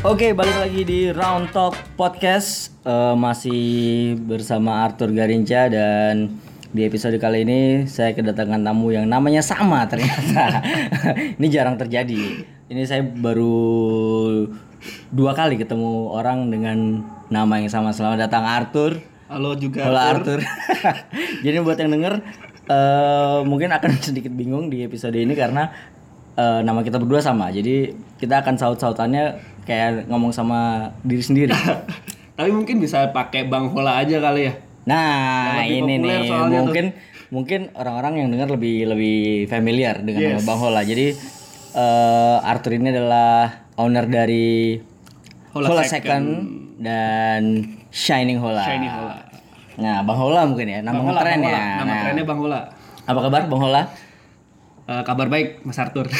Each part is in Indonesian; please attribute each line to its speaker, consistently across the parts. Speaker 1: Oke, balik lagi di Round Talk Podcast Eh, masih bersama Arthur Garinca dan di episode kali ini saya kedatangan tamu yang namanya sama ternyata. ini jarang terjadi. Ini saya baru dua kali ketemu orang dengan nama yang sama. Selamat datang Arthur.
Speaker 2: Halo juga.
Speaker 1: Halo Arthur. Jadi buat yang denger eh, mungkin akan sedikit bingung di episode ini karena eh, nama kita berdua sama. Jadi kita akan saut-sautannya kayak ngomong sama diri sendiri.
Speaker 2: Tapi mungkin bisa pakai Bang Hola aja kali ya.
Speaker 1: Nah,
Speaker 2: Yang lebih
Speaker 1: ini
Speaker 2: populer
Speaker 1: nih
Speaker 2: soalnya tuh.
Speaker 1: mungkin mungkin orang-orang yang dengar lebih lebih familiar dengan
Speaker 2: Yes.
Speaker 1: nama Bang Hola. Jadi eh, Arthur ini adalah owner dari
Speaker 2: Hola
Speaker 1: Hola, Second. dan Shining Hola.
Speaker 2: Shiny Hola.
Speaker 1: Nah, Bang Hola mungkin ya, nama
Speaker 2: Hola,
Speaker 1: keren
Speaker 2: Bang
Speaker 1: ya.
Speaker 2: Hola. Nama
Speaker 1: Nah.
Speaker 2: kerennya Bang Hola.
Speaker 1: Apa kabar Bang Hola?
Speaker 2: Eh, kabar baik Mas Arthur.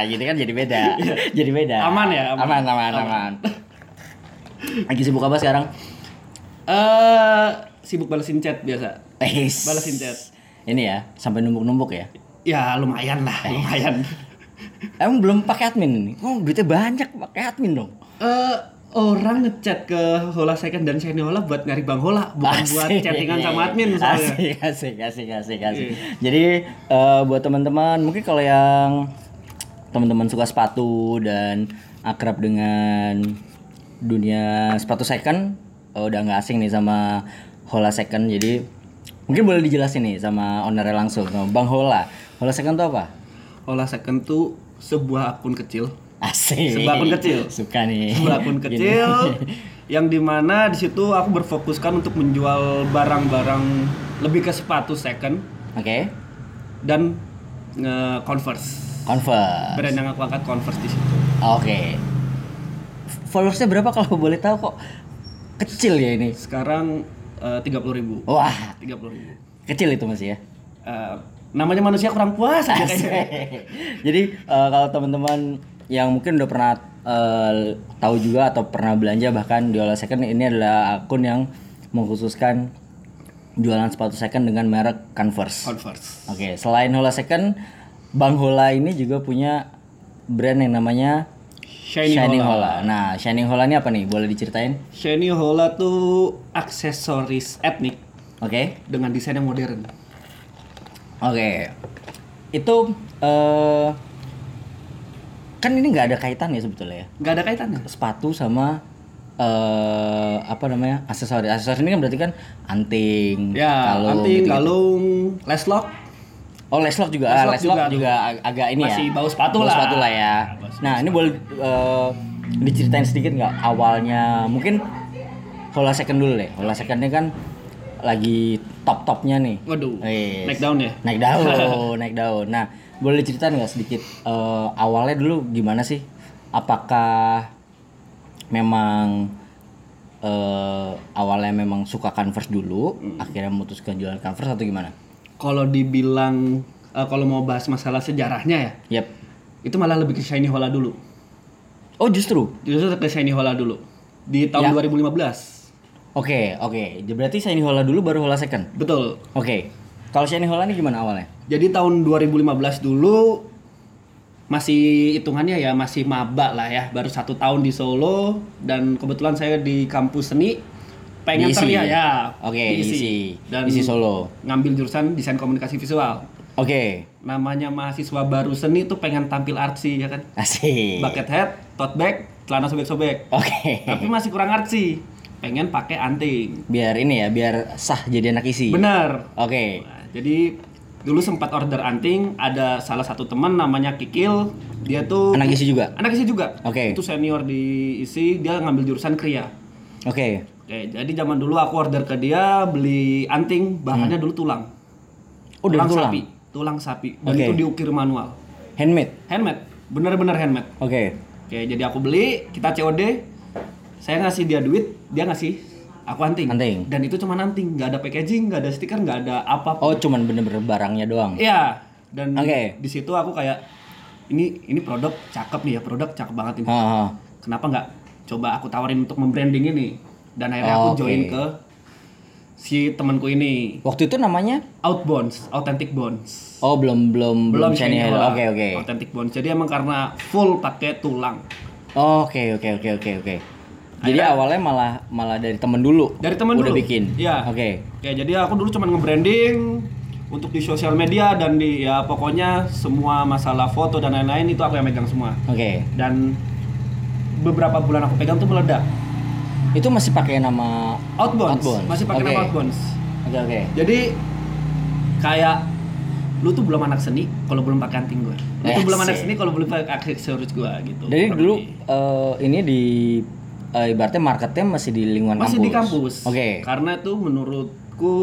Speaker 1: jadi kan jadi beda. jadi beda.
Speaker 2: Iya. Aman ya, aman.
Speaker 1: Aman, aman, aman. Lagi sibuk apa sekarang?
Speaker 2: Eh sibuk balesin chat biasa.
Speaker 1: Eis.
Speaker 2: Balesin chat.
Speaker 1: Ini ya, sampai numpuk-numpuk ya.
Speaker 2: Ya lumayan lah, lumayan.
Speaker 1: Emang belum pakai admin ini. Oh, duitnya banyak pakai admin dong.
Speaker 2: Eh orang ngechat ke Hola Second dan Shiny Hola buat nyari Bang Hola, bukan buat
Speaker 1: Asik.
Speaker 2: chattingan sama admin soalnya. Iya.
Speaker 1: Asik, asik, asik, asik, asik. Jadi eh, buat teman-teman, mungkin kalau yang teman-teman suka sepatu dan akrab dengan dunia sepatu second, eh, udah nggak asing nih sama Hola Second. Jadi mungkin boleh dijelasin nih sama ownernya langsung, sama Bang Hola. Hola Second itu apa?
Speaker 2: Hola Second tuh sebuah akun kecil
Speaker 1: Asik.
Speaker 2: Sebuah akun kecil.
Speaker 1: Suka nih.
Speaker 2: sebuah akun
Speaker 1: Gini.
Speaker 2: kecil yang dimana di situ aku berfokuskan untuk menjual barang-barang lebih ke sepatu second
Speaker 1: Oke.
Speaker 2: dan nge- Converse
Speaker 1: Converse.
Speaker 2: brand yang aku angkat Converse di situ
Speaker 1: Oke. Followersnya berapa kalau boleh tahu kok kecil ya ini?
Speaker 2: sekarang eh, tiga puluh ribu
Speaker 1: Wah,
Speaker 2: tiga puluh ribu
Speaker 1: kecil itu masih ya.
Speaker 2: Eh, namanya manusia kurang puas aja kayaknya
Speaker 1: Jadi eh, kalau teman-teman yang mungkin udah pernah eh, tahu juga atau pernah belanja bahkan di Ola Second ini adalah akun yang mengkhususkan jualan sepatu second dengan merek Converse.
Speaker 2: Converse
Speaker 1: Oke, selain Hola Second, Bang Hola ini juga punya brand yang namanya
Speaker 2: shiny,
Speaker 1: Shining
Speaker 2: Hola.
Speaker 1: Hola. Nah, Shining Hola ini apa nih? Boleh diceritain?
Speaker 2: shiny Hola tuh aksesoris etnik
Speaker 1: Oke.
Speaker 2: dengan desain yang modern
Speaker 1: Oke. Itu eh kan ini nggak ada kaitan ya sebetulnya ya.
Speaker 2: nggak ada kaitannya
Speaker 1: Sepatu sama eh apa namanya? aksesoris. Aksesoris ini kan berarti kan anting,
Speaker 2: ya
Speaker 1: kalung,
Speaker 2: nanti
Speaker 1: gitu-gitu.
Speaker 2: kalung leslock
Speaker 1: Oh, leslock juga. Ah, Leslock
Speaker 2: Leslock
Speaker 1: juga,
Speaker 2: juga.
Speaker 1: ag- agak ini
Speaker 2: Masih
Speaker 1: ya.
Speaker 2: bau sepatu
Speaker 1: bau
Speaker 2: lah.
Speaker 1: sepatu lah ya.
Speaker 2: Bau sepatu.
Speaker 1: Nah, ini boleh eh, diceritain sedikit nggak awalnya? Mungkin Hola Second dulu deh. Hola Second ini kan lagi top-topnya nih.
Speaker 2: Waduh,
Speaker 1: Yes.
Speaker 2: naik daun ya?
Speaker 1: naik daun, naik daun. Nah, boleh diceritain nggak sedikit eh, awalnya dulu gimana sih? Apakah memang eh, awalnya memang suka Converse dulu,
Speaker 2: Hmm.
Speaker 1: akhirnya memutuskan jualan Converse atau gimana?
Speaker 2: Kalau dibilang, eh, kalau mau bahas masalah sejarahnya ya,
Speaker 1: Yap.
Speaker 2: itu malah lebih ke Shiny Hola dulu.
Speaker 1: Oh, justru.
Speaker 2: Justru ke Shiny Hola dulu. Di
Speaker 1: Ya.
Speaker 2: tahun 2015.
Speaker 1: Oke, oke. Jadi Berarti Shiny Hola dulu baru Hola second.
Speaker 2: Betul.
Speaker 1: Oke. Kalau Shiny Hola ini gimana awalnya?
Speaker 2: Jadi tahun 2015 dulu, masih hitungannya ya, masih maba lah ya. Baru satu tahun di Solo, dan kebetulan saya di kampus seni, pengen
Speaker 1: Diisi.
Speaker 2: terlihat ya.
Speaker 1: Oke,
Speaker 2: diisi.
Speaker 1: diisi.
Speaker 2: Dan
Speaker 1: Diisi Solo.
Speaker 2: ngambil jurusan desain komunikasi visual.
Speaker 1: Oke.
Speaker 2: Namanya mahasiswa baru seni tuh pengen tampil artsy ya kan.
Speaker 1: Asik. Oke.
Speaker 2: bucket hat, tote bag, celana sobek-sobek. Tapi masih kurang artsy. Pengen pakai anting.
Speaker 1: Biar ini ya, biar sah jadi anak isi.
Speaker 2: Benar.
Speaker 1: Oke.
Speaker 2: Nah, Jadi dulu sempat order anting, ada salah satu teman namanya Kikil, dia tuh
Speaker 1: Anak isi juga.
Speaker 2: anak isi juga.
Speaker 1: Oke.
Speaker 2: Itu senior di isi, dia ngambil jurusan kriya.
Speaker 1: Oke.
Speaker 2: Oke, jadi zaman dulu aku order ke dia beli anting, bahannya dulu tulang.
Speaker 1: Hmm. Oh, dari tulang.
Speaker 2: sapi, tulang sapi. Dan
Speaker 1: Oke.
Speaker 2: itu diukir manual.
Speaker 1: Handmade.
Speaker 2: Handmade, bener-bener handmade.
Speaker 1: Oke.
Speaker 2: Oke, jadi aku beli, kita COD, saya ngasih dia duit, dia ngasih aku anting.
Speaker 1: Anting.
Speaker 2: Dan itu cuma anting, nggak ada packaging, nggak ada stiker, nggak ada apa.
Speaker 1: Oh, cuman bener-bener barangnya doang.
Speaker 2: Iya. Dan
Speaker 1: Oke.
Speaker 2: di situ aku kayak ini ini produk cakep nih ya, produk cakep banget ini.
Speaker 1: Ha, ha.
Speaker 2: Kenapa nggak coba aku tawarin untuk membranding ini? Dan akhirnya aku
Speaker 1: Oke.
Speaker 2: join ke si temanku ini.
Speaker 1: Waktu itu namanya
Speaker 2: Outbounds, Authentic Bones.
Speaker 1: Oh, belum belum
Speaker 2: Belum
Speaker 1: Shiny
Speaker 2: Shiny
Speaker 1: Hola.
Speaker 2: Hola,
Speaker 1: Oke, oke.
Speaker 2: Authentic Bones. Jadi emang karena full pakai tulang.
Speaker 1: Oke oke oke oke oke. Jadi awalnya malah malah dari temen dulu.
Speaker 2: Dari temen
Speaker 1: Udah
Speaker 2: dulu.
Speaker 1: bikin.
Speaker 2: Iya.
Speaker 1: Oke.
Speaker 2: Ya jadi aku dulu cuman nge-branding untuk di sosial media dan di ya pokoknya semua masalah foto dan lain-lain itu aku yang megang semua.
Speaker 1: Oke.
Speaker 2: Dan beberapa bulan aku pegang tuh meledak.
Speaker 1: Itu masih pakai nama
Speaker 2: Outbound.
Speaker 1: Outbounds.
Speaker 2: Masih pakai nama
Speaker 1: Oke.
Speaker 2: outbound.
Speaker 1: Oke oke.
Speaker 2: Jadi kayak lu tuh belum anak seni kalau belum pakai anting gue. Lu tuh
Speaker 1: Asik.
Speaker 2: belum anak seni kalau belum pakai aksesoris gue gitu.
Speaker 1: Jadi
Speaker 2: Kurang
Speaker 1: dulu
Speaker 2: lebih.
Speaker 1: eh, ini di eh, ibaratnya marketnya masih di lingkungan kampus.
Speaker 2: masih di kampus.
Speaker 1: Oke.
Speaker 2: Karena itu menurutku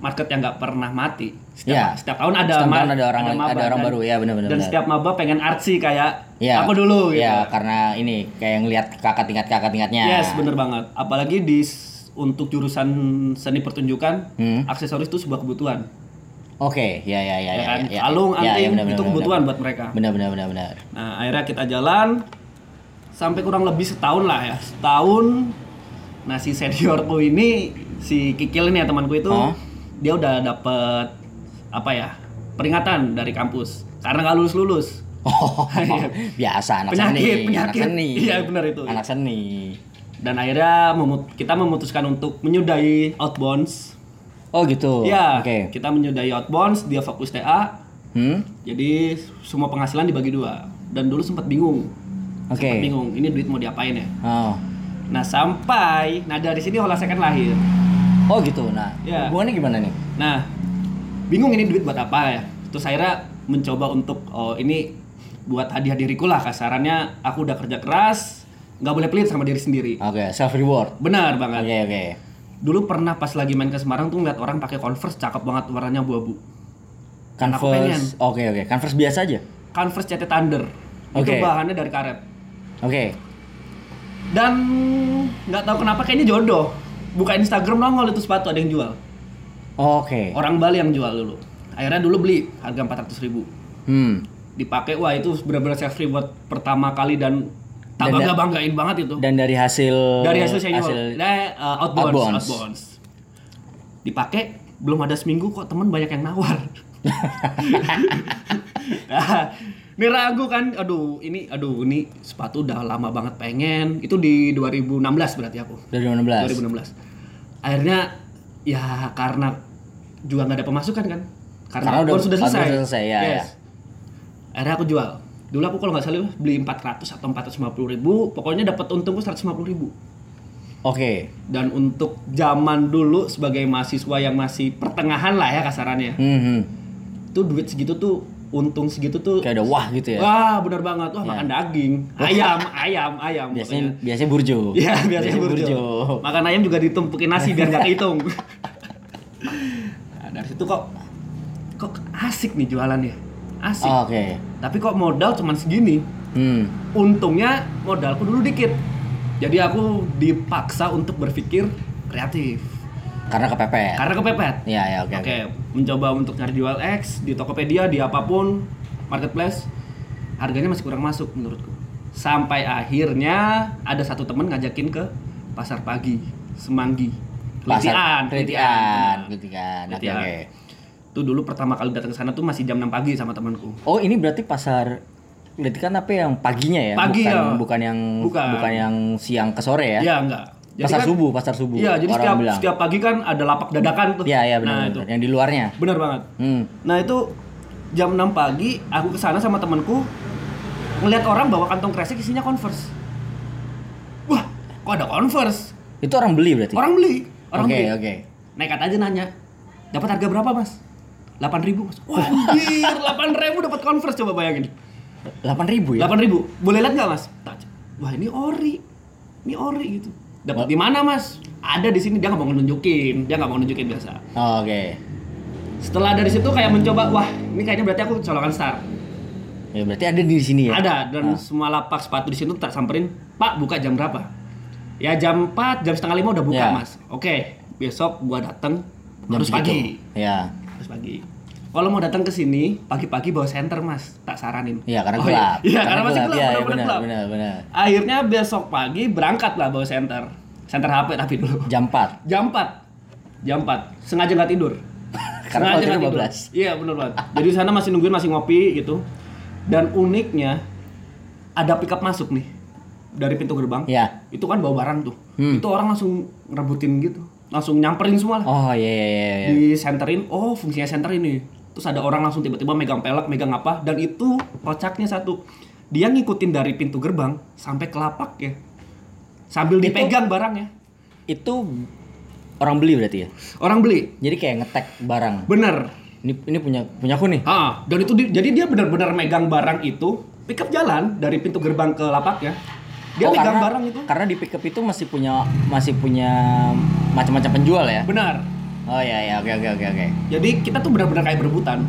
Speaker 2: market yang nggak pernah mati. Setiap,
Speaker 1: Iya.
Speaker 2: setiap tahun ada
Speaker 1: Setiap
Speaker 2: ma-
Speaker 1: tahun ada orang
Speaker 2: maba
Speaker 1: ada orang
Speaker 2: dan-
Speaker 1: baru ya benar-benar.
Speaker 2: Dan setiap maba pengen artsy kayak
Speaker 1: Iya.
Speaker 2: aku dulu gitu.
Speaker 1: Iya, karena ini kayak ngelihat kakak tingkat kakak tingkatnya.
Speaker 2: Yes, bener banget. Apalagi di s- untuk jurusan seni pertunjukan,
Speaker 1: Hmm.
Speaker 2: aksesoris itu sebuah kebutuhan.
Speaker 1: Oke, ya ya ya
Speaker 2: ya
Speaker 1: ya.
Speaker 2: kan?
Speaker 1: ya, ya.
Speaker 2: Kalung,
Speaker 1: Ya, ya,
Speaker 2: anting,
Speaker 1: benar,
Speaker 2: itu
Speaker 1: benar,
Speaker 2: kebutuhan buat mereka.
Speaker 1: Benar benar benar benar.
Speaker 2: Nah, akhirnya kita jalan sampai kurang lebih setahun lah ya. Setahun. Nah, si seniorku ini si Kikil ini ya temanku itu
Speaker 1: Hah?
Speaker 2: dia udah dapet apa ya? peringatan dari kampus karena nggak lulus-lulus.
Speaker 1: Oh, biasa anak
Speaker 2: Penyakit,
Speaker 1: seni, anak
Speaker 2: penyakit.
Speaker 1: seni.
Speaker 2: Iya, benar itu.
Speaker 1: Anak seni.
Speaker 2: Dan akhirnya memut- kita memutuskan untuk menyudahi outbounds.
Speaker 1: Oh gitu.
Speaker 2: Iya,
Speaker 1: Oke.
Speaker 2: kita menyudahi outbounds, dia fokus TA.
Speaker 1: Hmm?
Speaker 2: Jadi semua penghasilan dibagi dua. Dan dulu sempat bingung.
Speaker 1: Oke.
Speaker 2: Sempat bingung, ini duit mau diapain ya?
Speaker 1: Oh.
Speaker 2: Nah sampai, nah dari sini olah second lahir.
Speaker 1: Oh gitu. Nah,
Speaker 2: Iya.
Speaker 1: hubungannya gimana nih?
Speaker 2: Nah bingung ini duit buat apa ya? Terus akhirnya mencoba untuk oh ini buat hadiah diriku lah kasarannya aku udah kerja keras nggak boleh pelit sama diri sendiri.
Speaker 1: Oke, self reward.
Speaker 2: Benar
Speaker 1: Oke,
Speaker 2: banget.
Speaker 1: oke.
Speaker 2: Dulu pernah pas lagi main ke Semarang tuh ngeliat orang pakai Converse cakep banget warnanya abu-abu. Aku pengen.
Speaker 1: Converse. Oke, oke. Converse biasa aja.
Speaker 2: Converse CT Thunder. Itu
Speaker 1: Oke.
Speaker 2: bahannya dari karet.
Speaker 1: Oke.
Speaker 2: Dan nggak tahu kenapa kayaknya jodoh. Buka Instagram nongol itu sepatu ada yang jual.
Speaker 1: Oke.
Speaker 2: Orang Bali yang jual dulu. Akhirnya dulu beli harga 400 ribu.
Speaker 1: Hmm.
Speaker 2: Dipakai wah itu benar-benar self reward pertama kali dan tak
Speaker 1: Dan-
Speaker 2: bangga banggain banget itu.
Speaker 1: Dan dari hasil
Speaker 2: Dari hasil senior,
Speaker 1: hasil-
Speaker 2: nah, uh, outbounds,
Speaker 1: Outbounds.
Speaker 2: outbounds. Dipakai belum ada seminggu kok temen banyak yang nawar. nah, ini ragu kan, aduh ini aduh ini sepatu udah lama banget pengen. Itu di 2016 berarti aku.
Speaker 1: dari 2016.
Speaker 2: 2016. Akhirnya ya karena juga nggak ada pemasukan kan.
Speaker 1: Karena
Speaker 2: Karena,
Speaker 1: udah-
Speaker 2: outbound sudah
Speaker 1: outbound
Speaker 2: selesai.
Speaker 1: sudah selesai, ya, ya.
Speaker 2: Akhirnya aku jual. Dulu aku kalau nggak salah beli 400 atau 450 ribu, pokoknya dapat untungku 150 ribu.
Speaker 1: Oke.
Speaker 2: Dan untuk zaman dulu sebagai mahasiswa yang masih pertengahan lah ya kasarannya,
Speaker 1: Hmm, hmm.
Speaker 2: tuh duit segitu tuh untung segitu tuh,
Speaker 1: Kayak udah wah gitu ya.
Speaker 2: wah bener banget, wah makan daging, ayam, ayam, ayam.
Speaker 1: Biasanya
Speaker 2: pokoknya.
Speaker 1: biasanya burjo.
Speaker 2: Iya, biasanya burjo. Makan ayam juga ditumpukin nasi biar nggak kehitung. nah, dari situ kok kok asik nih jualannya. Asik.
Speaker 1: Oke.
Speaker 2: Tapi kok modal cuman segini.
Speaker 1: Hmm.
Speaker 2: Untungnya modalku dulu dikit. Jadi aku dipaksa untuk berpikir kreatif.
Speaker 1: Karena kepepet.
Speaker 2: Karena kepepet.
Speaker 1: Iya, ya oke.
Speaker 2: Oke,
Speaker 1: oke.
Speaker 2: mencoba untuk nyari jual X di Tokopedia, di apapun marketplace, harganya masih kurang masuk menurutku. Sampai akhirnya ada satu temen ngajakin ke pasar pagi, Semanggi,
Speaker 1: Pasar-
Speaker 2: Pelitian,
Speaker 1: Pelitian, pelitian. Oke,
Speaker 2: Pelitian.
Speaker 1: oke.
Speaker 2: Itu dulu pertama kali datang ke sana tuh masih jam 6 pagi sama temanku.
Speaker 1: Oh, ini berarti pasar Pelitian apa yang paginya ya?
Speaker 2: Pagi,
Speaker 1: bukan,
Speaker 2: ya.
Speaker 1: bukan yang
Speaker 2: Bukan.
Speaker 1: yang siang ke sore ya?
Speaker 2: Ya enggak.
Speaker 1: pasar
Speaker 2: kan-
Speaker 1: subuh, pasar subuh.
Speaker 2: Iya, jadi
Speaker 1: orang
Speaker 2: setiap
Speaker 1: bilang.
Speaker 2: setiap pagi kan ada lapak dadakan tuh.
Speaker 1: Iya, iya benar.
Speaker 2: Nah, itu.
Speaker 1: benar. Yang di luarnya.
Speaker 2: Benar banget.
Speaker 1: Hmm.
Speaker 2: Nah itu jam 6 pagi aku kesana sama temanku ngelihat orang bawa kantong kresek isinya converse. Wah, kok ada converse?
Speaker 1: Itu orang beli berarti.
Speaker 2: Orang beli, orang
Speaker 1: Oke,
Speaker 2: beli.
Speaker 1: oke.
Speaker 2: Nekat aja nanya, dapat harga berapa mas? 8.000 ribu mas. Wah, anjir, 8.000 dapat converse coba bayangin.
Speaker 1: 8.000 ya?
Speaker 2: 8.000 boleh lihat nggak mas? Tak. Wah ini ori, ini ori gitu. Dapat di mana mas? Ada di sini dia nggak mau nunjukin, dia nggak mau nunjukin biasa.
Speaker 1: Oh, oke.
Speaker 2: Setelah dari situ kayak mencoba, wah ini kayaknya berarti aku colongan star.
Speaker 1: Ya berarti ada di sini ya?
Speaker 2: Ada dan
Speaker 1: Ah.
Speaker 2: semua lapak sepatu di situ tak samperin. Pak buka jam berapa? Ya jam 4, jam setengah lima udah buka
Speaker 1: Ya.
Speaker 2: mas. Oke, besok gua datang
Speaker 1: Jam
Speaker 2: harus
Speaker 1: segitu.
Speaker 2: pagi.
Speaker 1: Ya.
Speaker 2: Harus pagi. Kalau mau datang ke sini pagi-pagi bawa senter mas, tak saranin.
Speaker 1: Iya, karena
Speaker 2: Oh,
Speaker 1: gelap.
Speaker 2: Iya, karena, masih gelap,
Speaker 1: Iya, iya,
Speaker 2: benar-benar
Speaker 1: benar,
Speaker 2: gelap.
Speaker 1: benar, benar.
Speaker 2: Akhirnya besok pagi berangkat lah bawa senter, senter HP tapi dulu.
Speaker 1: Jam 4.
Speaker 2: Jam 4 Jam 4 Sengaja nggak tidur
Speaker 1: Karena
Speaker 2: Sengaja
Speaker 1: waktu
Speaker 2: nggak
Speaker 1: itu
Speaker 2: tidur.
Speaker 1: 12.
Speaker 2: Iya bener banget Jadi di sana masih nungguin masih ngopi gitu Dan uniknya Ada pickup masuk nih dari pintu gerbang
Speaker 1: Ya.
Speaker 2: itu kan bawa barang tuh
Speaker 1: Hmm.
Speaker 2: itu orang langsung ngerebutin gitu langsung nyamperin semua lah
Speaker 1: Oh iya iya iya. iya.
Speaker 2: di centerin oh fungsinya center ini terus ada orang langsung tiba-tiba megang pelek megang apa dan itu kocaknya satu dia ngikutin dari pintu gerbang sampai ke lapak ya sambil dipegang barangnya
Speaker 1: Itu orang beli berarti ya.
Speaker 2: orang beli
Speaker 1: Jadi kayak ngetek barang.
Speaker 2: bener
Speaker 1: Ini ini punya punya aku nih.
Speaker 2: ah dan itu di- jadi dia benar-benar megang barang itu pick up jalan dari pintu gerbang ke lapaknya dia
Speaker 1: Oh,
Speaker 2: megang
Speaker 1: karena-
Speaker 2: barang itu
Speaker 1: Karena di pick up itu masih punya masih punya macam-macam penjual ya.
Speaker 2: benar
Speaker 1: Oh iya iya oke oke oke oke.
Speaker 2: jadi kita tuh benar-benar kayak berebutan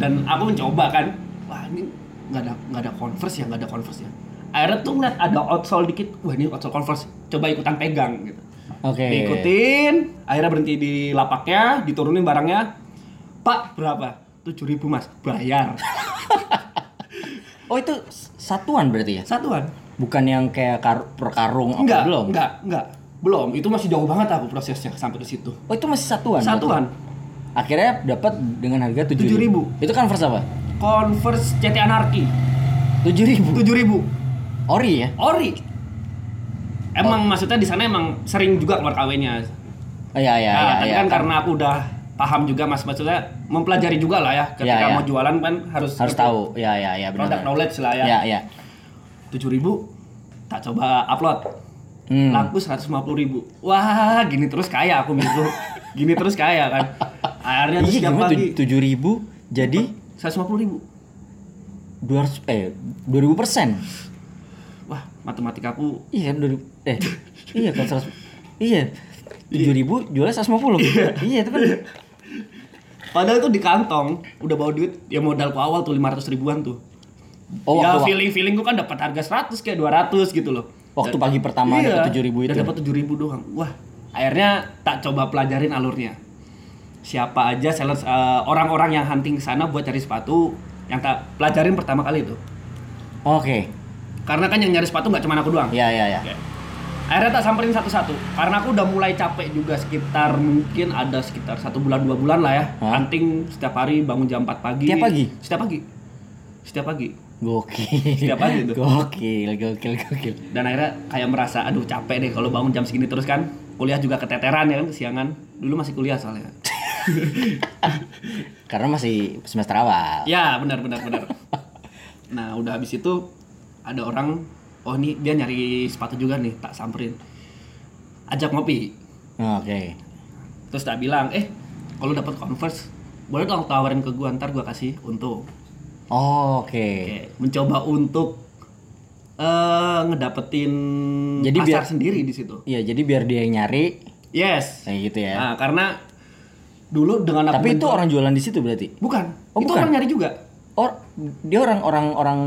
Speaker 2: dan aku mencoba kan wah ini nggak ada nggak ada converse ya nggak ada converse ya akhirnya tuh ngeliat ada outsole dikit wah ini outsole converse coba ikutan pegang gitu
Speaker 1: Oke.
Speaker 2: diikutin akhirnya berhenti di lapaknya diturunin barangnya pak berapa tujuh ribu mas bayar
Speaker 1: Oh itu satuan berarti ya?
Speaker 2: satuan
Speaker 1: Bukan yang kayak kar per karung apa
Speaker 2: enggak
Speaker 1: Oh, belum?
Speaker 2: enggak enggak belum itu masih jauh banget aku prosesnya sampai ke situ
Speaker 1: Oh itu masih satuan.
Speaker 2: satuan
Speaker 1: berarti? Akhirnya dapat dengan harga 7000.
Speaker 2: 7.000.
Speaker 1: Itu converse apa?
Speaker 2: kan? converse CT anarki
Speaker 1: 7000.
Speaker 2: tujuh ribu
Speaker 1: Ori ya?
Speaker 2: ori emang maksudnya di sana emang sering juga keluar KW-nya
Speaker 1: Oh iya iya
Speaker 2: Nah,
Speaker 1: iya.
Speaker 2: tapi
Speaker 1: iya.
Speaker 2: kan karena aku udah paham juga mas maksudnya mempelajari juga lah ya ketika
Speaker 1: Ya, ya.
Speaker 2: mau jualan kan harus
Speaker 1: harus tahu. Iya iya iya benar.
Speaker 2: product knowledge lah ya
Speaker 1: Iya iya.
Speaker 2: tujuh ribu tak coba upload
Speaker 1: Hmm.
Speaker 2: laku seratus ribu wah gini terus kaya aku minggu gini terus kaya kan akhirnya terus
Speaker 1: Iya
Speaker 2: setiap
Speaker 1: gimana
Speaker 2: pagi
Speaker 1: tujuh ribu jadi
Speaker 2: seratus ribu
Speaker 1: 200 eh 2000 persen.
Speaker 2: wah matematika aku
Speaker 1: Iya kan 2000 eh iya kan 100 iya 7000 jualnya 150. Iya itu kan
Speaker 2: padahal tuh di kantong udah bawa duit ya modalku awal tuh lima ribuan tuh
Speaker 1: Oh,
Speaker 2: ya
Speaker 1: waktu-
Speaker 2: feeling feeling gue kan dapat harga 100 kayak 200 gitu loh.
Speaker 1: waktu pagi pertama
Speaker 2: Iya,
Speaker 1: dapat 7000 itu. ya?
Speaker 2: Dan dapat 7000 doang. Wah, akhirnya tak coba pelajarin alurnya. Siapa aja sellers eh, orang-orang yang hunting ke sana buat cari sepatu yang tak pelajarin pertama kali itu.
Speaker 1: Oke.
Speaker 2: Karena kan yang nyari sepatu nggak cuma aku doang.
Speaker 1: Iya iya iya.
Speaker 2: Oke. Akhirnya tak samperin satu-satu karena aku udah mulai capek juga sekitar mungkin ada sekitar satu bulan dua bulan lah ya
Speaker 1: Hah?
Speaker 2: hunting setiap hari bangun jam 4 pagi
Speaker 1: Tiap pagi?
Speaker 2: setiap pagi setiap pagi
Speaker 1: Gokil.
Speaker 2: Setiap hari itu.
Speaker 1: Gokil, gokil, gokil.
Speaker 2: dan akhirnya kayak merasa aduh capek deh kalau bangun jam segini terus kan kuliah juga keteteran ya kan kesiangan dulu masih kuliah soalnya
Speaker 1: Karena masih semester awal.
Speaker 2: ya benar benar benar nah udah habis itu ada orang oh nih dia nyari sepatu juga nih tak samperin ajak ngopi
Speaker 1: Oke.
Speaker 2: terus tak bilang eh kalau dapat converse boleh dong tawarin ke gua ntar gua kasih untung
Speaker 1: Oh, Oke.
Speaker 2: Oke, mencoba untuk eh ngedapetin
Speaker 1: Jadi
Speaker 2: pasar
Speaker 1: biar-
Speaker 2: sendiri di situ
Speaker 1: Iya, jadi biar dia yang nyari
Speaker 2: yes
Speaker 1: kayak gitu ya.
Speaker 2: Nah, karena dulu dengan aku
Speaker 1: Tapi itu
Speaker 2: menjual-
Speaker 1: orang jualan di situ berarti.
Speaker 2: bukan.
Speaker 1: Oh,
Speaker 2: itu
Speaker 1: bukan.
Speaker 2: orang nyari juga.
Speaker 1: Or dia orang orang orang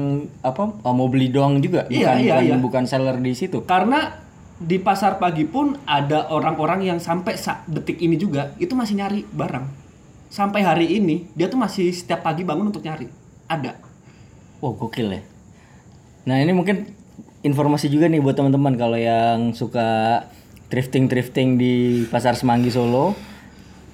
Speaker 1: apa eh, mau beli doang juga, bukan
Speaker 2: Iya,
Speaker 1: bukan,
Speaker 2: iya, iya.
Speaker 1: bukan seller di situ.
Speaker 2: Karena di pasar pagi pun ada orang-orang yang sampai sa- detik ini juga itu masih nyari barang. Sampai hari ini dia tuh masih setiap pagi bangun untuk nyari. Ada.
Speaker 1: Wow, gokil ya. Nah, ini mungkin informasi juga nih buat teman-teman kalau yang suka thrifting-thrifting di Pasar Semanggi Solo.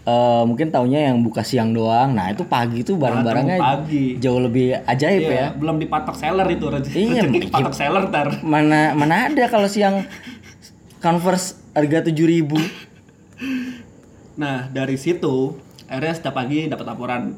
Speaker 1: eh, mungkin taunya yang buka siang doang. Nah, itu pagi tuh barang-barangnya
Speaker 2: Datang Ah, pagi.
Speaker 1: jauh lebih ajaib
Speaker 2: Iya,
Speaker 1: ya.
Speaker 2: belum dipatok seller itu rezeki.
Speaker 1: Iya,
Speaker 2: rezeki
Speaker 1: iya.
Speaker 2: dipatok seller ntar.
Speaker 1: Mana mana ada kalau siang Converse harga 7000.
Speaker 2: Nah, dari situ akhirnya setiap pagi dapat laporan.